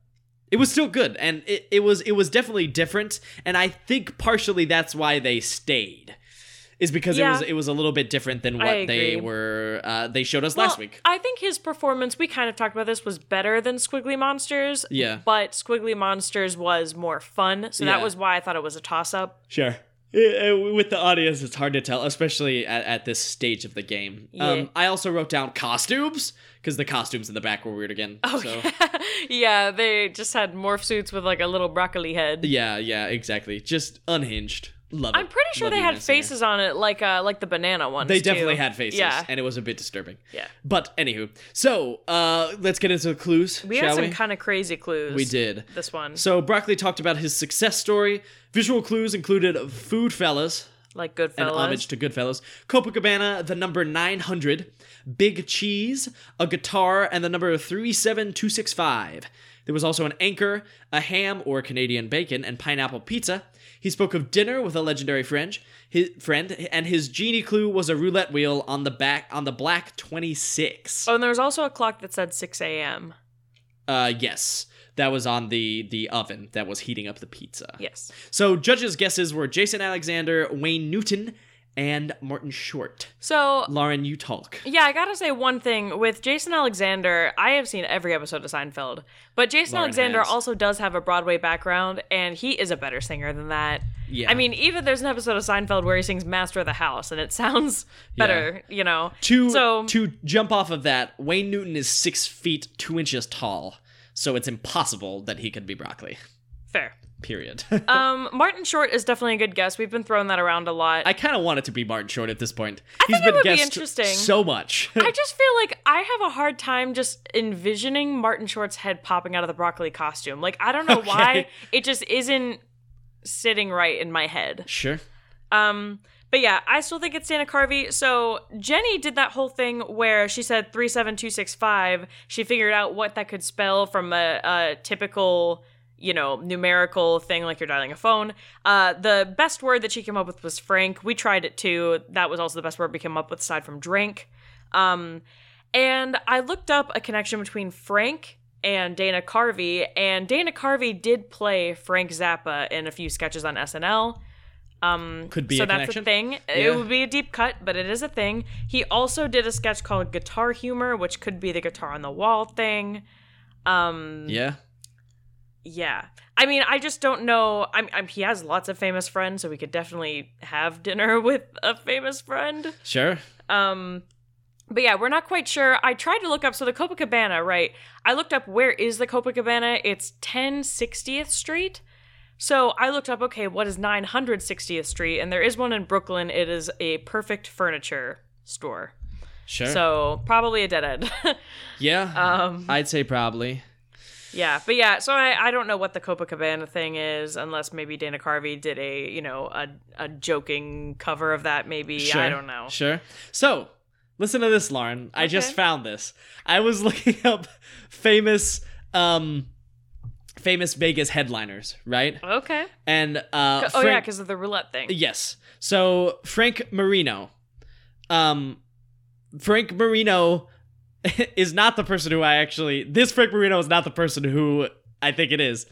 Speaker 1: it was still good, and it, it was it was definitely different, and I think partially that's why they stayed, is because
Speaker 2: Yeah.
Speaker 1: it was it was a little bit different than
Speaker 2: I
Speaker 1: what they
Speaker 2: agree.
Speaker 1: were uh, they showed us last
Speaker 2: Well,
Speaker 1: week.
Speaker 2: I think his performance, we kind of talked about this, was better than Squiggly Monsters.
Speaker 1: Yeah.
Speaker 2: But Squiggly Monsters was more fun. So
Speaker 1: Yeah.
Speaker 2: that was why I thought it was a toss up.
Speaker 1: Sure. Eh, eh, With the audience, it's hard to tell, especially at, at this stage of the game.
Speaker 2: Yeah.
Speaker 1: Um, I also wrote down costumes because the costumes in the back were weird again.
Speaker 2: Oh,
Speaker 1: so.
Speaker 2: yeah. yeah. They just had morph suits with like a little broccoli head.
Speaker 1: yeah, yeah, exactly. Just unhinged. Love it.
Speaker 2: I'm pretty sure
Speaker 1: Love
Speaker 2: they
Speaker 1: you,
Speaker 2: had
Speaker 1: Miss Singer.
Speaker 2: faces on it, like uh, like the banana ones.
Speaker 1: They
Speaker 2: too.
Speaker 1: definitely had faces,
Speaker 2: Yeah,
Speaker 1: and it was a bit disturbing.
Speaker 2: yeah.
Speaker 1: But anywho, so uh, let's get into the clues,
Speaker 2: We
Speaker 1: shall
Speaker 2: had some
Speaker 1: we?
Speaker 2: kind of crazy clues.
Speaker 1: we did.
Speaker 2: this one,
Speaker 1: So Broccoli talked about his success story. Visual clues included Food Fellas,
Speaker 2: like Goodfellas.
Speaker 1: an homage to Goodfellas. Copacabana, the number 900. Big Cheese, a guitar, and the number 37265. There was also an anchor, a ham or Canadian bacon, and pineapple pizza. He spoke of dinner with a legendary friend, his friend, and his genie clue was a roulette wheel on the back on the black 26.
Speaker 2: oh, and there was also a clock that said 6 a.m.
Speaker 1: Uh yes. That was on the the oven that was heating up the pizza.
Speaker 2: Yes.
Speaker 1: So judges' guesses were Jason Alexander, Wayne Newton, and Martin Short.
Speaker 2: So
Speaker 1: Lauren, you talk.
Speaker 2: Yeah, I gotta say one thing with Jason Alexander. I have seen every episode of Seinfeld, but Jason
Speaker 1: Lauren
Speaker 2: Alexander
Speaker 1: has.
Speaker 2: also does have a Broadway background, and he is a better singer than that.
Speaker 1: Yeah.
Speaker 2: I mean, even there's an episode of Seinfeld where he sings "Master of the House," and it sounds better, you know.
Speaker 1: To
Speaker 2: so
Speaker 1: to jump off of that, Wayne Newton is six feet two inches tall, so it's impossible that he could be broccoli.
Speaker 2: fair.
Speaker 1: Period.
Speaker 2: Um, Martin Short is definitely a good guess. We've been throwing that around a lot.
Speaker 1: I kind of want it to be Martin Short at this point.
Speaker 2: think
Speaker 1: He's
Speaker 2: it
Speaker 1: been
Speaker 2: would be
Speaker 1: guessed
Speaker 2: interesting.
Speaker 1: so much.
Speaker 2: I just feel like I have a hard time just envisioning Martin Short's head popping out of the broccoli costume. Like I don't know why
Speaker 1: Okay.
Speaker 2: it just isn't sitting right in my head.
Speaker 1: sure.
Speaker 2: Um but yeah, I still think it's Dana Carvey. So Jenny did that whole thing where she said 37265. She figured out what that could spell from a, a typical, you know, numerical thing like you're dialing a phone. Uh, the best word that she came up with was Frank. We tried it too. That was also the best word we came up with aside from drink. Um, and I looked up a connection between Frank and Dana Carvey, and Dana Carvey did play Frank Zappa in a few sketches on SNL. Um,
Speaker 1: Could be
Speaker 2: so
Speaker 1: a
Speaker 2: that's
Speaker 1: connection.
Speaker 2: a thing.
Speaker 1: Yeah.
Speaker 2: It would be a deep cut, but it is a thing. He also did a sketch called Guitar Humor, which could be the guitar on the wall thing. Um,
Speaker 1: Yeah.
Speaker 2: yeah. I mean, I just don't know. I'm, I'm, he has lots of famous friends, so we could definitely have dinner with a famous friend.
Speaker 1: Sure.
Speaker 2: Um, but yeah, we're not quite sure. I tried to look up so the Copacabana, right? I looked up where is the Copacabana? It's 1060th Street. So I looked up okay, what is 960th Street? And there is one in Brooklyn. It is a perfect furniture store.
Speaker 1: Sure.
Speaker 2: So probably a dead end.
Speaker 1: yeah.
Speaker 2: um,
Speaker 1: I'd say probably.
Speaker 2: yeah, but yeah, so I, I don't know what the Copacabana thing is, unless maybe Dana Carvey did a you know a a joking cover of that. Maybe
Speaker 1: Sure.
Speaker 2: I don't know.
Speaker 1: Sure. So, listen to this, Lauren. I just
Speaker 2: Okay.
Speaker 1: found this. I was looking up famous um famous Vegas headliners, right?
Speaker 2: Okay.
Speaker 1: And uh
Speaker 2: oh yeah,
Speaker 1: Frank-
Speaker 2: because of the roulette thing.
Speaker 1: Yes. So Frank Marino, um, Frank Marino is not the person who I actually. This Frank Marino is not the person who I think it is.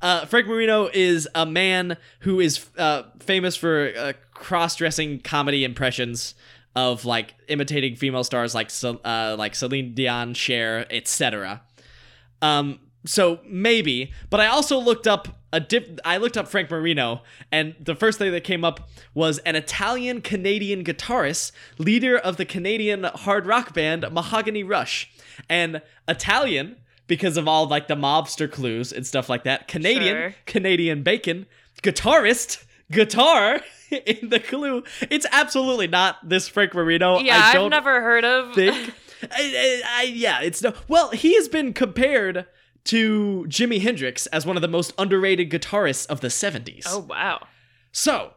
Speaker 1: Uh, Frank Marino is a man who is uh, famous for uh, cross-dressing comedy impressions of like imitating female stars like Cel- uh, like Celine Dion, Cher, etc. Um, so maybe, but I also looked up a dip. I looked up Frank Marino, and the first thing that came up was an Italian Canadian guitarist, leader of the Canadian hard rock band Mahogany Rush, and Italian because of all like the mobster clues and stuff like that. Canadian,
Speaker 2: Sure.
Speaker 1: Canadian bacon, guitarist, guitar. In the clue, it's absolutely not this Frank Marino.
Speaker 2: Yeah,
Speaker 1: I don't
Speaker 2: I've never heard of.
Speaker 1: think. I, I, I, yeah, it's no. Well, he has been compared to Jimi Hendrix as one of the most underrated guitarists of the 70s.
Speaker 2: oh wow.
Speaker 1: So,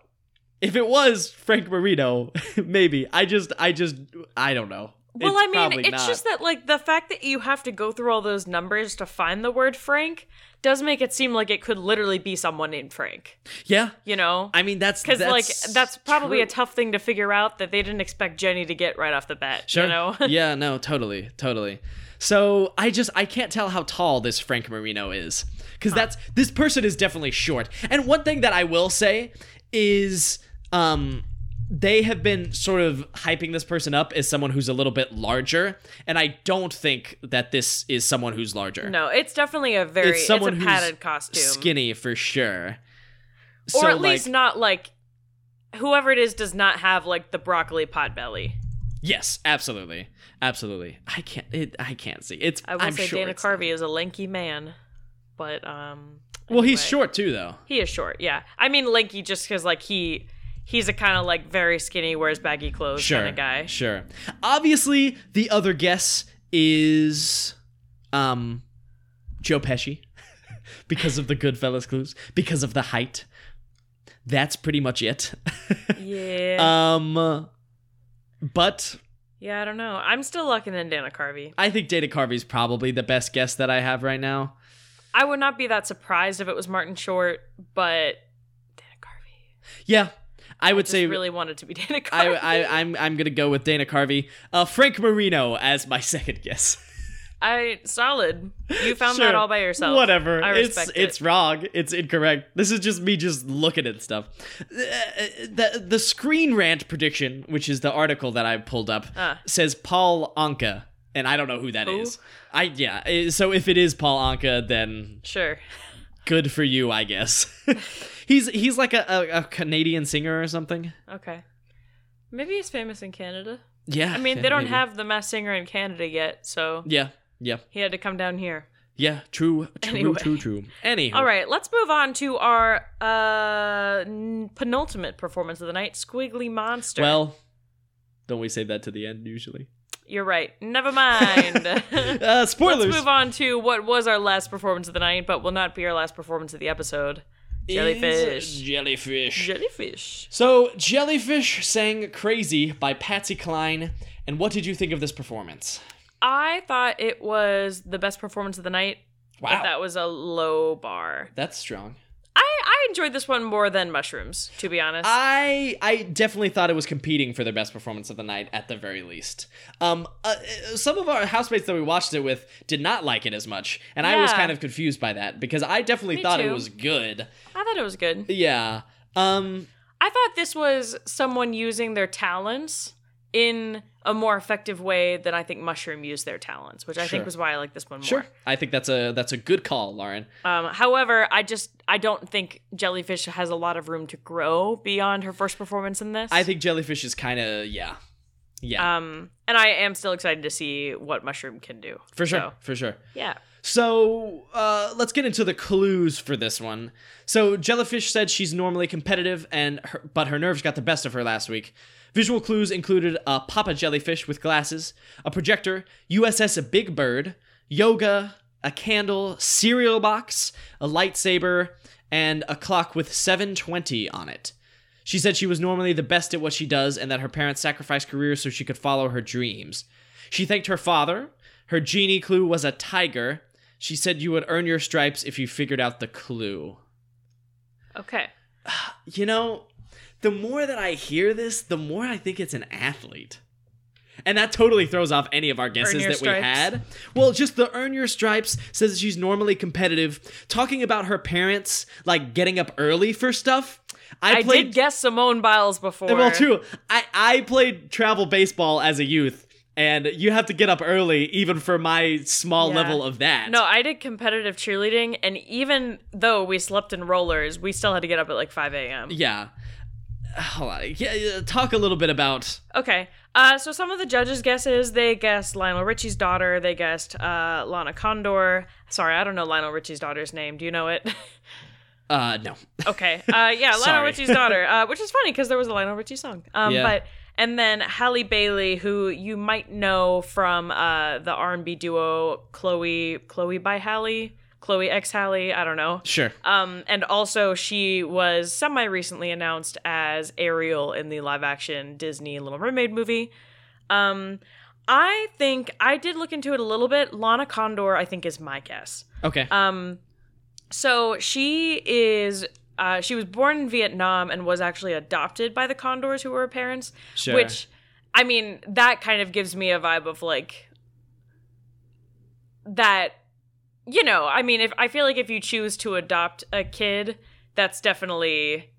Speaker 1: if it was Frank Marino, maybe. I just, I just, I don't know.
Speaker 2: Well,
Speaker 1: It's
Speaker 2: I mean,
Speaker 1: probably
Speaker 2: it's
Speaker 1: not.
Speaker 2: just that like the fact that you have to go through all those numbers to find the word Frank does make it seem like it could literally be someone named Frank.
Speaker 1: Yeah.
Speaker 2: You know.
Speaker 1: I mean, that's.
Speaker 2: because like that's probably a
Speaker 1: true.
Speaker 2: tough thing to figure out that they didn't expect Jenny to get right off the bat.
Speaker 1: Sure.
Speaker 2: You know,
Speaker 1: yeah, no, totally, totally. So I just I can't tell how tall this Frank Marino is because that's this person is definitely short. And one thing that I will say is, um, they have been sort of hyping this person up as someone who's a little bit larger, and I don't think that this is someone who's larger.
Speaker 2: no, it's definitely a very
Speaker 1: it's
Speaker 2: it's,
Speaker 1: someone
Speaker 2: a
Speaker 1: who's
Speaker 2: padded costume,
Speaker 1: skinny for sure.
Speaker 2: or
Speaker 1: So,
Speaker 2: at least
Speaker 1: like,
Speaker 2: not like whoever it is does not have like the broccoli pot belly.
Speaker 1: yes, absolutely, absolutely. I can't, it, I can't see. It's
Speaker 2: I will
Speaker 1: I'm
Speaker 2: say
Speaker 1: sure
Speaker 2: Dana
Speaker 1: it's-
Speaker 2: Carvey is a lanky man, but um,
Speaker 1: Well, he's
Speaker 2: anyway.
Speaker 1: short too, though.
Speaker 2: He is short, yeah. I mean lanky just because like he he's a kind of like very skinny, wears baggy clothes kind of guy.
Speaker 1: Sure. Obviously, the other guess is um Joe Pesci because of the Goodfellas clues, because of the height. That's pretty much it.
Speaker 2: Yeah,
Speaker 1: um but
Speaker 2: Uh, yeah. I don't know. I'm still locking in Dana Carvey.
Speaker 1: I think Data Carvey's probably the best guess that I have right now.
Speaker 2: I would not be that surprised if it was Martin Short, but Dana Carvey.
Speaker 1: Yeah. I would
Speaker 2: just
Speaker 1: say
Speaker 2: really wanted to be Dana Carvey.
Speaker 1: I, I I'm I'm gonna go with Dana Carvey. Uh Frank Marino as my second guess.
Speaker 2: I solid. You found
Speaker 1: Sure.
Speaker 2: that all by yourself.
Speaker 1: Whatever.
Speaker 2: I
Speaker 1: it's
Speaker 2: respect it.
Speaker 1: it's wrong. It's incorrect. This is just me just looking at stuff. Uh, The the screen rant prediction, which is the article that I pulled up,
Speaker 2: Ah.
Speaker 1: says Paul Anka, and I don't know who that is.
Speaker 2: Who?
Speaker 1: I yeah. eh, So if it is Paul Anka, then
Speaker 2: Sure.
Speaker 1: good for you, I guess. he's he's like a, a, a Canadian singer or something.
Speaker 2: Okay. Maybe he's famous in Canada.
Speaker 1: Yeah.
Speaker 2: I mean,
Speaker 1: yeah,
Speaker 2: they don't
Speaker 1: maybe.
Speaker 2: have the mass singer in Canada yet, so
Speaker 1: Yeah. Yeah.
Speaker 2: he had to come down here.
Speaker 1: Yeah. True. True.
Speaker 2: Anyway.
Speaker 1: True. True. Anyhow.
Speaker 2: All right, let's move on to our uh n- penultimate performance of the night, Squiggly Monster.
Speaker 1: Well, don't we save that to the end usually?
Speaker 2: you're right. Never mind.
Speaker 1: Uh, spoilers.
Speaker 2: Let's move on to what was our last performance of the night, but will not be our last performance of the episode.
Speaker 1: is
Speaker 2: Jellyfish.
Speaker 1: Jellyfish.
Speaker 2: Jellyfish.
Speaker 1: So, Jellyfish sang Crazy by Patsy Cline. And what did you think of this performance?
Speaker 2: I thought it was the best performance of the night,
Speaker 1: Wow.
Speaker 2: but that was a low bar.
Speaker 1: That's strong.
Speaker 2: I, I enjoyed this one more than Mushrooms, to be honest.
Speaker 1: I I definitely thought it was competing for their best performance of the night at the very least. Um, uh, uh, some of our housemates that we watched it with did not like it as much, and I was
Speaker 2: Yeah.
Speaker 1: kind of confused by that because I definitely
Speaker 2: Me
Speaker 1: thought it
Speaker 2: too.
Speaker 1: was good.
Speaker 2: I thought it was good.
Speaker 1: Yeah. Um.
Speaker 2: I thought this was someone using their talents in a more effective way than I think Mushroom used their talents, which
Speaker 1: Sure.
Speaker 2: I think was why I like this one more.
Speaker 1: Sure. I think that's a that's a good call, Lauren.
Speaker 2: Um, however, I just I don't think Jellyfish has a lot of room to grow beyond her first performance in this.
Speaker 1: I think Jellyfish is kind of yeah, yeah,
Speaker 2: Um, and I am still excited to see what Mushroom can do.
Speaker 1: for sure,
Speaker 2: so,
Speaker 1: for sure.
Speaker 2: yeah.
Speaker 1: So uh, let's get into the clues for this one. So Jellyfish said she's normally competitive, and her, but her nerves got the best of her last week. Visual clues included a Papa Jellyfish with glasses, a projector, USS Big Bird, yoga, a candle, cereal box, a lightsaber, and a clock with 720 on it. She said she was normally the best at what she does and that her parents sacrificed careers so she could follow her dreams. She thanked her father. Her genie clue was a tiger. She said you would earn your stripes if you figured out the clue.
Speaker 2: Okay.
Speaker 1: You know, the more that I hear this, the more I think it's an athlete. And that totally throws off any of our guesses
Speaker 2: your
Speaker 1: that we
Speaker 2: stripes.
Speaker 1: had. Well, just the earn your stripes says that she's normally competitive. Talking about her parents, like getting up early for stuff. I,
Speaker 2: I,
Speaker 1: played
Speaker 2: did guess Simone Biles before.
Speaker 1: well, true. I I played travel baseball as a youth, and you have to get up early even for my small
Speaker 2: Yeah.
Speaker 1: level of that.
Speaker 2: No, I did competitive cheerleading, and even though we slept in rollers, we still had to get up at like 5 a.m.
Speaker 1: Yeah. Hold on. Yeah, yeah, Talk a little bit about.
Speaker 2: Okay. Uh, so some of the judges' guesses, they guessed Lionel Richie's daughter. They guessed uh, Lana Condor. Sorry, I don't know Lionel Richie's daughter's name. Do you know it?
Speaker 1: Uh, no.
Speaker 2: okay. Uh, yeah,
Speaker 1: Sorry.
Speaker 2: Lionel Richie's daughter, uh, which is funny because there was a Lionel Richie song. Um,
Speaker 1: Yeah.
Speaker 2: But and then Halle Bailey, who you might know from uh, the R&B duo Chloe Chloe by Halle, Chloe X Halle. I don't know.
Speaker 1: Sure.
Speaker 2: Um, and also, she was semi recently announced as Ariel in the live action Disney Little Mermaid movie. Um, I think I did look into it a little bit. Lana Condor, I think, is my guess.
Speaker 1: Okay.
Speaker 2: Um, so she is. Uh, she was born in Vietnam and was actually adopted by the Condors, who were her parents.
Speaker 1: sure.
Speaker 2: Which, I mean, that kind of gives me a vibe of like that. You know, I mean, if I feel like if you choose to adopt a kid, that's definitely.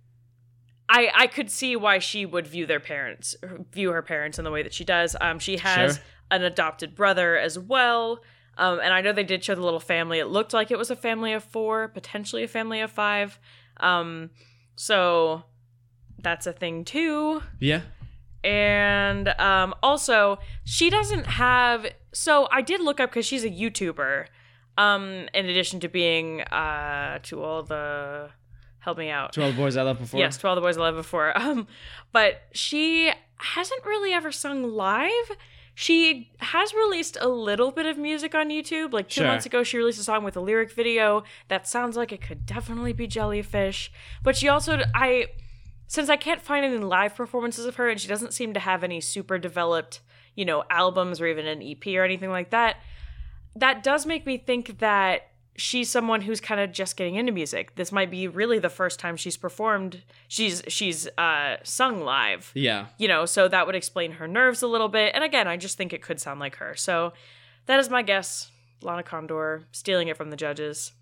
Speaker 2: I I could see why she would view their parents view her parents in the way that she does. Um, she has
Speaker 1: Sure.
Speaker 2: an adopted brother as well. Um, and I know they did show the little family. It looked like it was a family of four, potentially a family of five. Um, so that's a thing too
Speaker 1: yeah.
Speaker 2: and um, also she doesn't have so i did look up because she's a youtuber um, in addition to being uh, to all the help me out
Speaker 1: Twelve boys I loved before.
Speaker 2: yes to all the boys i loved before um, but she hasn't really ever sung live she has released a little bit of music on youtube like two
Speaker 1: Sure.
Speaker 2: months ago she released a song with a lyric video that sounds like it could definitely be jellyfish but she also i since I can't find any live performances of her and she doesn't seem to have any super developed, you know, albums or even an EP or anything like that, that does make me think that she's someone who's kind of just getting into music. This might be really the first time she's performed. She's she's uh sung live
Speaker 1: Yeah.
Speaker 2: you know, so that would explain her nerves a little bit. And again, I just think it could sound like her. So that is my guess. Lana Condor stealing it from the judges.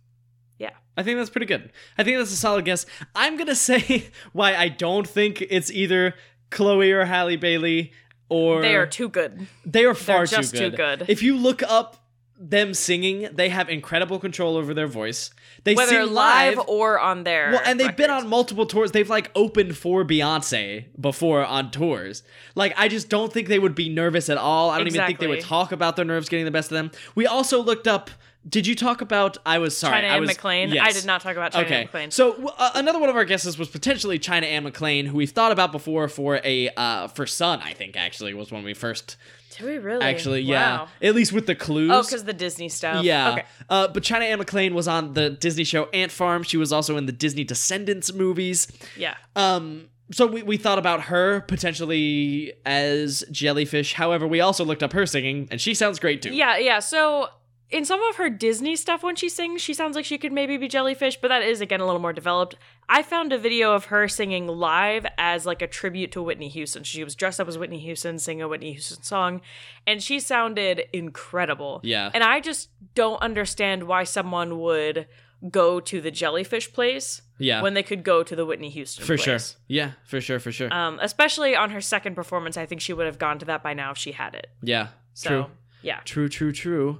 Speaker 1: I think that's pretty good. I think that's a solid guess. I'm gonna say why I don't think it's either Chloe or Halle Bailey or
Speaker 2: They are too good.
Speaker 1: they are far
Speaker 2: They're just
Speaker 1: too,
Speaker 2: too
Speaker 1: good.
Speaker 2: good.
Speaker 1: If you look up them singing, they have incredible control over their voice. They
Speaker 2: Whether
Speaker 1: sing
Speaker 2: live or on their
Speaker 1: well, and they've been
Speaker 2: records.
Speaker 1: on multiple tours. They've like opened for Beyonce before on tours. Like, I just don't think they would be nervous at all. I don't even think they would
Speaker 2: Exactly.
Speaker 1: talk about their nerves getting the best of them. We also looked up. Did you talk about? I was sorry.
Speaker 2: China
Speaker 1: I
Speaker 2: and
Speaker 1: was
Speaker 2: McLean. I
Speaker 1: yes.
Speaker 2: did not talk about China
Speaker 1: Okay.
Speaker 2: and McLean.
Speaker 1: So w- uh, another one of our guesses was potentially China Ann McLean, who we've thought about before for a uh, for Sun. I think actually was when we first
Speaker 2: do we really?
Speaker 1: actually yeah
Speaker 2: Wow.
Speaker 1: at least with the clues.
Speaker 2: Oh, because the Disney stuff.
Speaker 1: Yeah.
Speaker 2: Okay.
Speaker 1: Uh, but China Ann McLean was on the Disney show Ant Farm. She was also in the Disney Descendants movies.
Speaker 2: Yeah.
Speaker 1: Um, so we, we thought about her potentially as Jellyfish. However, we also looked up her singing, and she sounds great too.
Speaker 2: Yeah, yeah. So in some of her Disney stuff when she sings, she sounds like she could maybe be jellyfish, but that is again a little more developed. I found a video of her singing live as like a tribute to Whitney Houston. She was dressed up as Whitney Houston, singing a Whitney Houston song, and she sounded incredible.
Speaker 1: Yeah.
Speaker 2: And I just don't understand why someone would go to the jellyfish place
Speaker 1: Yeah.
Speaker 2: when they could go to the Whitney Houston
Speaker 1: for sure.
Speaker 2: place.
Speaker 1: Yeah, for sure, for sure.
Speaker 2: Um, especially on her second performance, I think she would have gone to that by now if she had it.
Speaker 1: yeah.
Speaker 2: So
Speaker 1: True.
Speaker 2: yeah.
Speaker 1: True, true, true.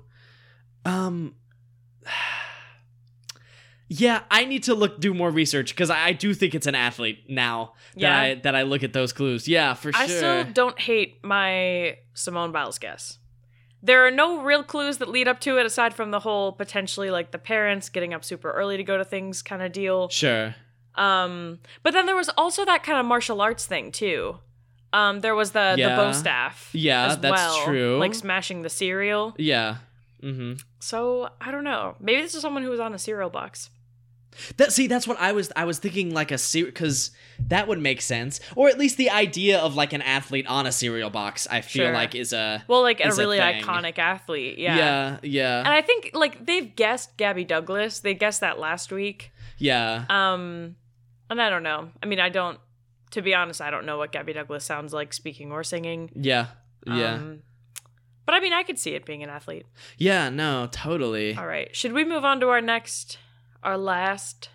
Speaker 1: Um Yeah, I need to look do more research because I, I do think it's an athlete now
Speaker 2: Yeah.
Speaker 1: that I that I look at those clues. Yeah, for
Speaker 2: I
Speaker 1: sure.
Speaker 2: still don't hate my Simone Biles guess. There are no real clues that lead up to it aside from the whole potentially like the parents getting up super early to go to things kind of deal.
Speaker 1: sure.
Speaker 2: Um, but then there was also that kind of martial arts thing too. Um, there was the
Speaker 1: Yeah.
Speaker 2: the bow staff.
Speaker 1: Yeah,
Speaker 2: as
Speaker 1: that's
Speaker 2: well,
Speaker 1: true.
Speaker 2: Like smashing the cereal.
Speaker 1: Yeah. Mm-hmm.
Speaker 2: So I don't know. Maybe this is someone who was on a cereal box.
Speaker 1: That see, that's what I was. I was thinking like a cereal because that would make sense, or at least the idea of like an athlete on a cereal box. I feel
Speaker 2: Sure.
Speaker 1: like is a
Speaker 2: Well, like
Speaker 1: Is
Speaker 2: a
Speaker 1: a
Speaker 2: really
Speaker 1: thing.
Speaker 2: iconic athlete. Yeah.
Speaker 1: yeah, yeah,
Speaker 2: And I think like they've guessed Gabby Douglas. They guessed that last week.
Speaker 1: yeah.
Speaker 2: Um, and I don't know. I mean, I don't. To be honest, I don't know what Gabby Douglas sounds like speaking or singing.
Speaker 1: yeah, yeah,
Speaker 2: Um, but I mean, I could see it being an athlete.
Speaker 1: yeah. No, totally.
Speaker 2: All right. Should we move on to our next, our last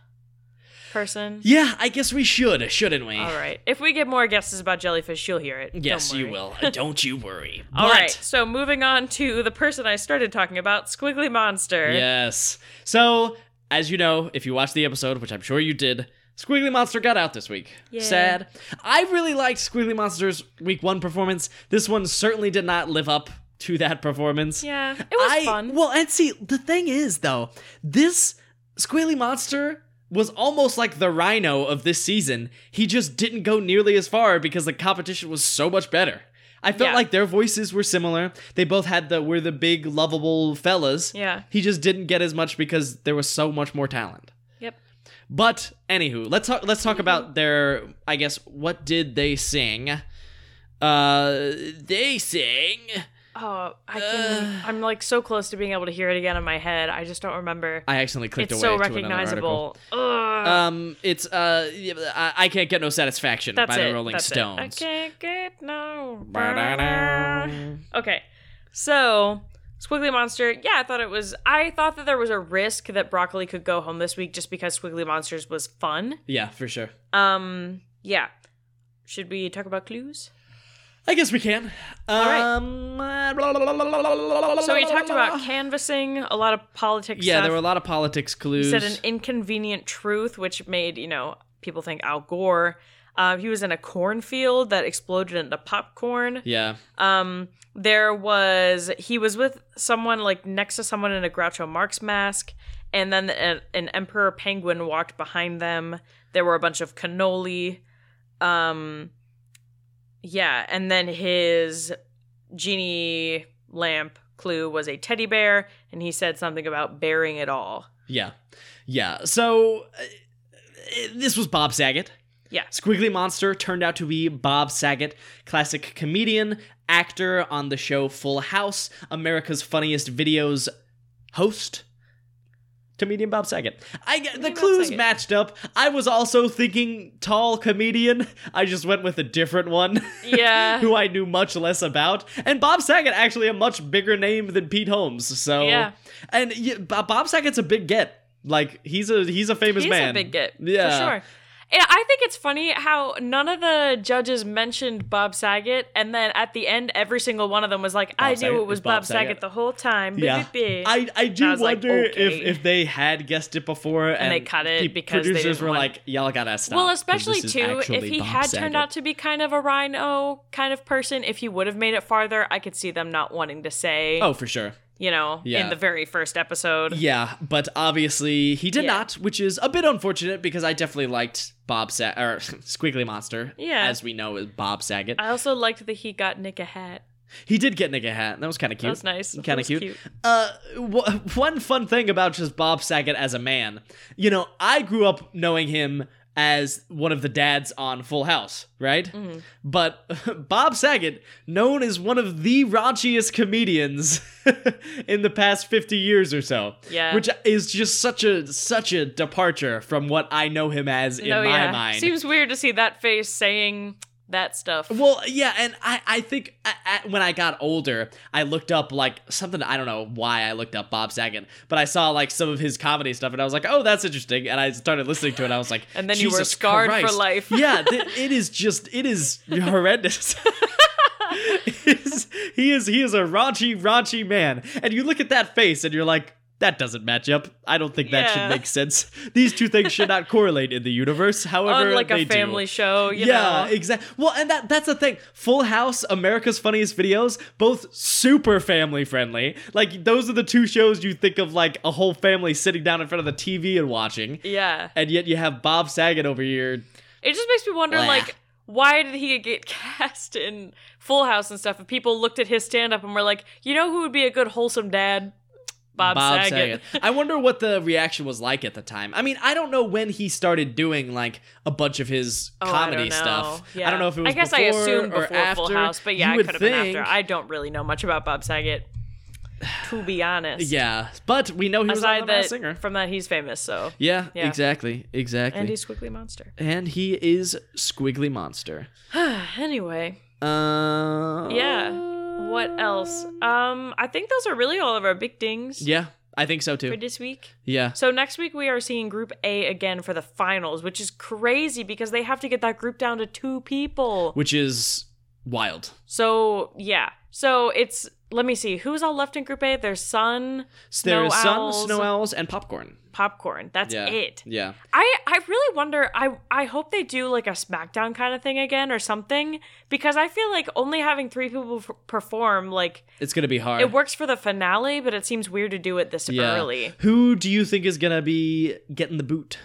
Speaker 2: person?
Speaker 1: Yeah, I guess we should, shouldn't we?
Speaker 2: All right. If we get more guesses about jellyfish, you'll hear it. Don't
Speaker 1: Yes, you
Speaker 2: worry.
Speaker 1: will. Don't you worry.
Speaker 2: All
Speaker 1: But-
Speaker 2: right. So moving on to the person I started talking about, Squiggly Monster.
Speaker 1: Yes. So, as you know, if you watched the episode, which I'm sure you did, Squiggly Monster got out this week.
Speaker 2: Yay.
Speaker 1: Sad. I really liked Squiggly Monster's week one performance. This one certainly did not live up to that performance.
Speaker 2: Yeah. It was
Speaker 1: I,
Speaker 2: fun.
Speaker 1: Well, and see, the thing is, though, this Squiggly Monster was almost like the rhino of this season. He just didn't go nearly as far because the competition was so much better. I felt
Speaker 2: Yeah.
Speaker 1: like their voices were similar. They both had the we're the big lovable fellas.
Speaker 2: yeah.
Speaker 1: He just didn't get as much because there was so much more talent.
Speaker 2: Yep.
Speaker 1: But anywho, let's talk. Let's talk about their. I guess what did they sing? Uh, they sing.
Speaker 2: Oh, I
Speaker 1: Uh.
Speaker 2: can. I'm like so close to being able to hear it again in my head. I just don't remember.
Speaker 1: I accidentally clicked
Speaker 2: it's
Speaker 1: away.
Speaker 2: so
Speaker 1: to another article.
Speaker 2: recognizable. Ugh.
Speaker 1: Um, it's uh, I, I can't get no satisfaction
Speaker 2: that's
Speaker 1: by
Speaker 2: it.
Speaker 1: the Rolling
Speaker 2: that's
Speaker 1: Stones.
Speaker 2: It. I can't get no.
Speaker 1: Ba-da-da.
Speaker 2: Okay, so Squiggly Monster. Yeah, I thought it was. I thought that there was a risk that Broccoli could go home this week just because Squiggly Monsters was fun.
Speaker 1: Yeah, for sure.
Speaker 2: Um, yeah. Should we talk about clues?
Speaker 1: I guess we can.
Speaker 2: right.
Speaker 1: Um, right.
Speaker 2: So we talked about canvassing, a lot of politics.
Speaker 1: Yeah,
Speaker 2: stuff.
Speaker 1: there were a lot of politics
Speaker 2: He
Speaker 1: clues.
Speaker 2: said an inconvenient truth, which made you know people think Al Gore. Uh, he was in a cornfield that exploded into popcorn.
Speaker 1: yeah.
Speaker 2: Um, there was he was with someone like next to someone in a Groucho Marx mask, and then a, an emperor penguin walked behind them. There were a bunch of cannoli. Um, yeah, and then his genie lamp clue was a teddy bear, and he said something about bearing it all.
Speaker 1: Yeah. Yeah. So uh, this was Bob Saget.
Speaker 2: Yeah.
Speaker 1: Squiggly Monster turned out to be Bob Saget, classic comedian, actor on the show Full House, America's Funniest Videos host. to medium Bob Saget. I get- the
Speaker 2: Bob
Speaker 1: clues
Speaker 2: Saget.
Speaker 1: matched up. I was also thinking tall comedian. I just went with a different one.
Speaker 2: Yeah.
Speaker 1: who I knew much less about. And Bob Saget actually a much bigger name than Pete Holmes. So
Speaker 2: Yeah.
Speaker 1: and yeah, Bo- Bob Saget's a big get. Like he's a he's a famous
Speaker 2: He's
Speaker 1: man.
Speaker 2: a big get.
Speaker 1: Yeah.
Speaker 2: For sure. Yeah, I think it's funny how none of the judges mentioned Bob Saget, and then at the end, every single one of them was like, "I
Speaker 1: Saget
Speaker 2: knew
Speaker 1: is
Speaker 2: it was
Speaker 1: Bob
Speaker 2: Bob Saget,
Speaker 1: Saget.
Speaker 2: the whole time." Beep,
Speaker 1: Yeah,
Speaker 2: beep, beep.
Speaker 1: I, I do
Speaker 2: I was like,
Speaker 1: wonder
Speaker 2: okay.
Speaker 1: if if they had guessed it before and,
Speaker 2: they cut it
Speaker 1: pe-
Speaker 2: because they
Speaker 1: producers
Speaker 2: didn't
Speaker 1: were
Speaker 2: want-
Speaker 1: like y'all gotta stop.
Speaker 2: well,
Speaker 1: 'cause
Speaker 2: especially
Speaker 1: this is
Speaker 2: too, if
Speaker 1: actually
Speaker 2: he
Speaker 1: Bob
Speaker 2: had
Speaker 1: Saget."
Speaker 2: turned out to be kind of a rhino kind of person, if he would have made it farther, I could see them not wanting to say,
Speaker 1: oh for sure
Speaker 2: you know,
Speaker 1: Yeah.
Speaker 2: in the very first episode.
Speaker 1: yeah, but obviously he did
Speaker 2: Yeah.
Speaker 1: not, which is a bit unfortunate because I definitely liked Bob Sag or Squiggly Monster
Speaker 2: Yeah.
Speaker 1: as we know is Bob Saget.
Speaker 2: I also liked that he got Nick a hat.
Speaker 1: he did get Nick a hat. That was kind of
Speaker 2: That
Speaker 1: cute.
Speaker 2: was nice. That
Speaker 1: Kinda
Speaker 2: was
Speaker 1: cute. Uh, w- one fun thing about just Bob Saget as a man, you know, I grew up knowing him as one of the dads on Full House, right?
Speaker 2: Mhm.
Speaker 1: But Bob Saget, known as one of the raunchiest comedians in the past 50 years or so.
Speaker 2: Yeah.
Speaker 1: Which is just such a such a departure from what I know him as in
Speaker 2: no,
Speaker 1: my
Speaker 2: Oh, yeah.
Speaker 1: mind.
Speaker 2: Seems weird to see that face saying that stuff.
Speaker 1: Well, yeah, and I, I think I, I, when I got older, I looked up like something. I don't know why I looked up Bob Saget, but I saw like some of his comedy stuff, and I was like, oh, that's interesting. And I started listening to it. And I was like,
Speaker 2: And then you were
Speaker 1: "Jesus
Speaker 2: scarred for
Speaker 1: Christ."
Speaker 2: life.
Speaker 1: yeah, th- it is just it is horrendous. He's- he is he is a raunchy raunchy man, and you look at that face, and you're like. That doesn't match up. I don't think that
Speaker 2: Yeah.
Speaker 1: should make sense. These two things should not correlate in the universe. However,
Speaker 2: on like
Speaker 1: they
Speaker 2: a
Speaker 1: do
Speaker 2: family show, you
Speaker 1: yeah,
Speaker 2: know.
Speaker 1: exactly. Well, and that that's the thing. Full House, America's Funniest Videos, both super family friendly. Like those are the two shows you think of like a whole family sitting down in front of the TV and watching.
Speaker 2: yeah.
Speaker 1: And yet you have Bob Saget over here.
Speaker 2: It just makes me wonder,
Speaker 1: Blah.
Speaker 2: like, why did he get cast in Full House and stuff? And people looked at his stand up and were like, you know who would be a good wholesome dad? Bob, Saget.
Speaker 1: I wonder what the reaction was like at the time. I mean, I don't know when he started doing like a bunch of his
Speaker 2: Oh, I
Speaker 1: comedy
Speaker 2: don't know.
Speaker 1: stuff.
Speaker 2: Yeah.
Speaker 1: I don't know if it was
Speaker 2: I guess I
Speaker 1: before
Speaker 2: assume
Speaker 1: or
Speaker 2: before
Speaker 1: after.
Speaker 2: Full House, but
Speaker 1: You
Speaker 2: yeah, it
Speaker 1: would
Speaker 2: could have been after.
Speaker 1: think-
Speaker 2: I don't really know much about Bob Saget, to be honest.
Speaker 1: yeah, but we know he was on
Speaker 2: Aside
Speaker 1: the
Speaker 2: that
Speaker 1: Masked singer.
Speaker 2: from that he's famous, so
Speaker 1: Yeah,
Speaker 2: Yeah.
Speaker 1: exactly, exactly.
Speaker 2: and he's Squiggly Monster.
Speaker 1: and he is Squiggly Monster.
Speaker 2: anyway,
Speaker 1: Uh,
Speaker 2: Yeah. what else? Um, I think those are really all of our big dings
Speaker 1: Yeah, I think so
Speaker 2: for
Speaker 1: too.
Speaker 2: this week.
Speaker 1: Yeah,
Speaker 2: So next week we are seeing Group A again for the finals, which is crazy because they have to get that group down to two people.
Speaker 1: which is wild.
Speaker 2: So yeah, so it's let me see who's all left in Group A. There's Sun,
Speaker 1: So there
Speaker 2: Snow
Speaker 1: is sun,
Speaker 2: owls.
Speaker 1: snow owls, and popcorn.
Speaker 2: Popcorn. That's
Speaker 1: yeah,
Speaker 2: it.
Speaker 1: Yeah,
Speaker 2: I I really wonder. I I hope they do like a SmackDown kind of thing again or something because I feel like only having three people f- perform like
Speaker 1: it's gonna be hard.
Speaker 2: it works for the finale, but it seems weird to do it this
Speaker 1: yeah.
Speaker 2: early.
Speaker 1: Who do you think is gonna be getting the boot?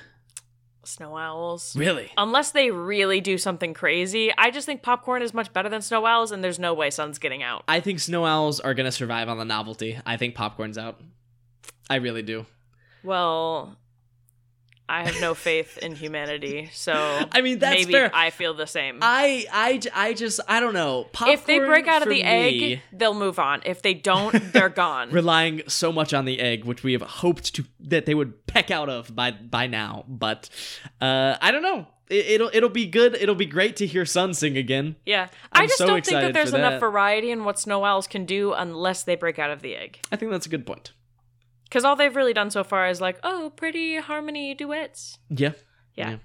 Speaker 2: Snow owls.
Speaker 1: Really?
Speaker 2: Unless they really do something crazy, I just think popcorn is much better than snow owls, and there's no way Sun's getting out.
Speaker 1: I think snow owls are gonna survive on the novelty. I think popcorn's out. I really do.
Speaker 2: Well, I have no faith in humanity, so
Speaker 1: I mean, that's
Speaker 2: maybe
Speaker 1: fair.
Speaker 2: I feel the same.
Speaker 1: I, I, j- I just, I don't know. Popcorn
Speaker 2: Mm. Uh, if they break out of
Speaker 1: for
Speaker 2: the
Speaker 1: me-
Speaker 2: egg, they'll move on. If they don't, they're gone.
Speaker 1: relying so much on the egg, which we have hoped to that they would peck out of by by now. But uh, I don't know. It, it'll it'll be good. It'll be great to hear Sun sing again.
Speaker 2: Yeah,
Speaker 1: I'm
Speaker 2: I just
Speaker 1: so
Speaker 2: don't think
Speaker 1: excited
Speaker 2: that there's
Speaker 1: for
Speaker 2: enough
Speaker 1: that.
Speaker 2: variety in what snow owls can do unless they break out of the egg.
Speaker 1: I think that's a good point.
Speaker 2: Because all they've really done so far is like, oh, pretty harmony duets.
Speaker 1: Yeah.
Speaker 2: Yeah.
Speaker 1: Yeah.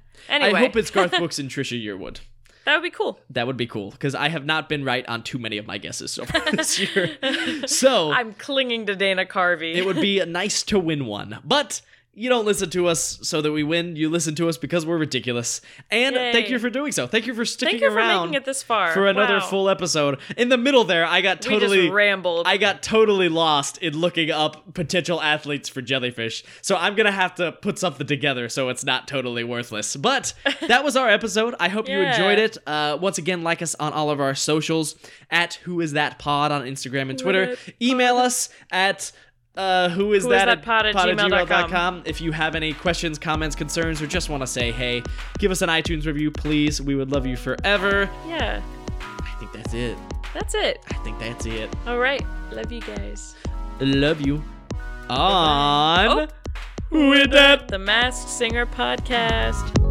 Speaker 1: I
Speaker 2: Anyway,
Speaker 1: hope it's Garth Brooks and Trisha Yearwood.
Speaker 2: that would be cool.
Speaker 1: That would be cool because I have not been right on too many of my guesses so far this year. So
Speaker 2: I'm clinging to Dana Carvey.
Speaker 1: it would be nice to win one, but. You don't listen to us so that we win. You listen to us because we're ridiculous. And thank
Speaker 2: Yay.
Speaker 1: you for doing so. Thank you for sticking
Speaker 2: Thank you for
Speaker 1: around
Speaker 2: making it this far
Speaker 1: for another
Speaker 2: Wow.
Speaker 1: full episode. In the middle there, I got
Speaker 2: we
Speaker 1: totally
Speaker 2: just rambled.
Speaker 1: I got totally lost in looking up potential athletes for jellyfish, so I'm gonna have to put something together so it's not totally worthless. But that was our episode. I hope you
Speaker 2: Yeah.
Speaker 1: enjoyed it. Uh, once again, like us on all of our socials at Who Is That Pod on Instagram and Twitter.
Speaker 2: What
Speaker 1: Email us at uh, who is
Speaker 2: Who is
Speaker 1: that,
Speaker 2: that pod at gmail.com.
Speaker 1: gmail.com. If you have any questions, comments, concerns, or just want to say hey, give us an iTunes review, please. We would love you forever.
Speaker 2: yeah,
Speaker 1: I think that's it.
Speaker 2: that's it.
Speaker 1: I think that's it.
Speaker 2: All right, love you guys.
Speaker 1: Love you. On.
Speaker 2: Oh.
Speaker 1: With that.
Speaker 2: The Masked Singer Podcast.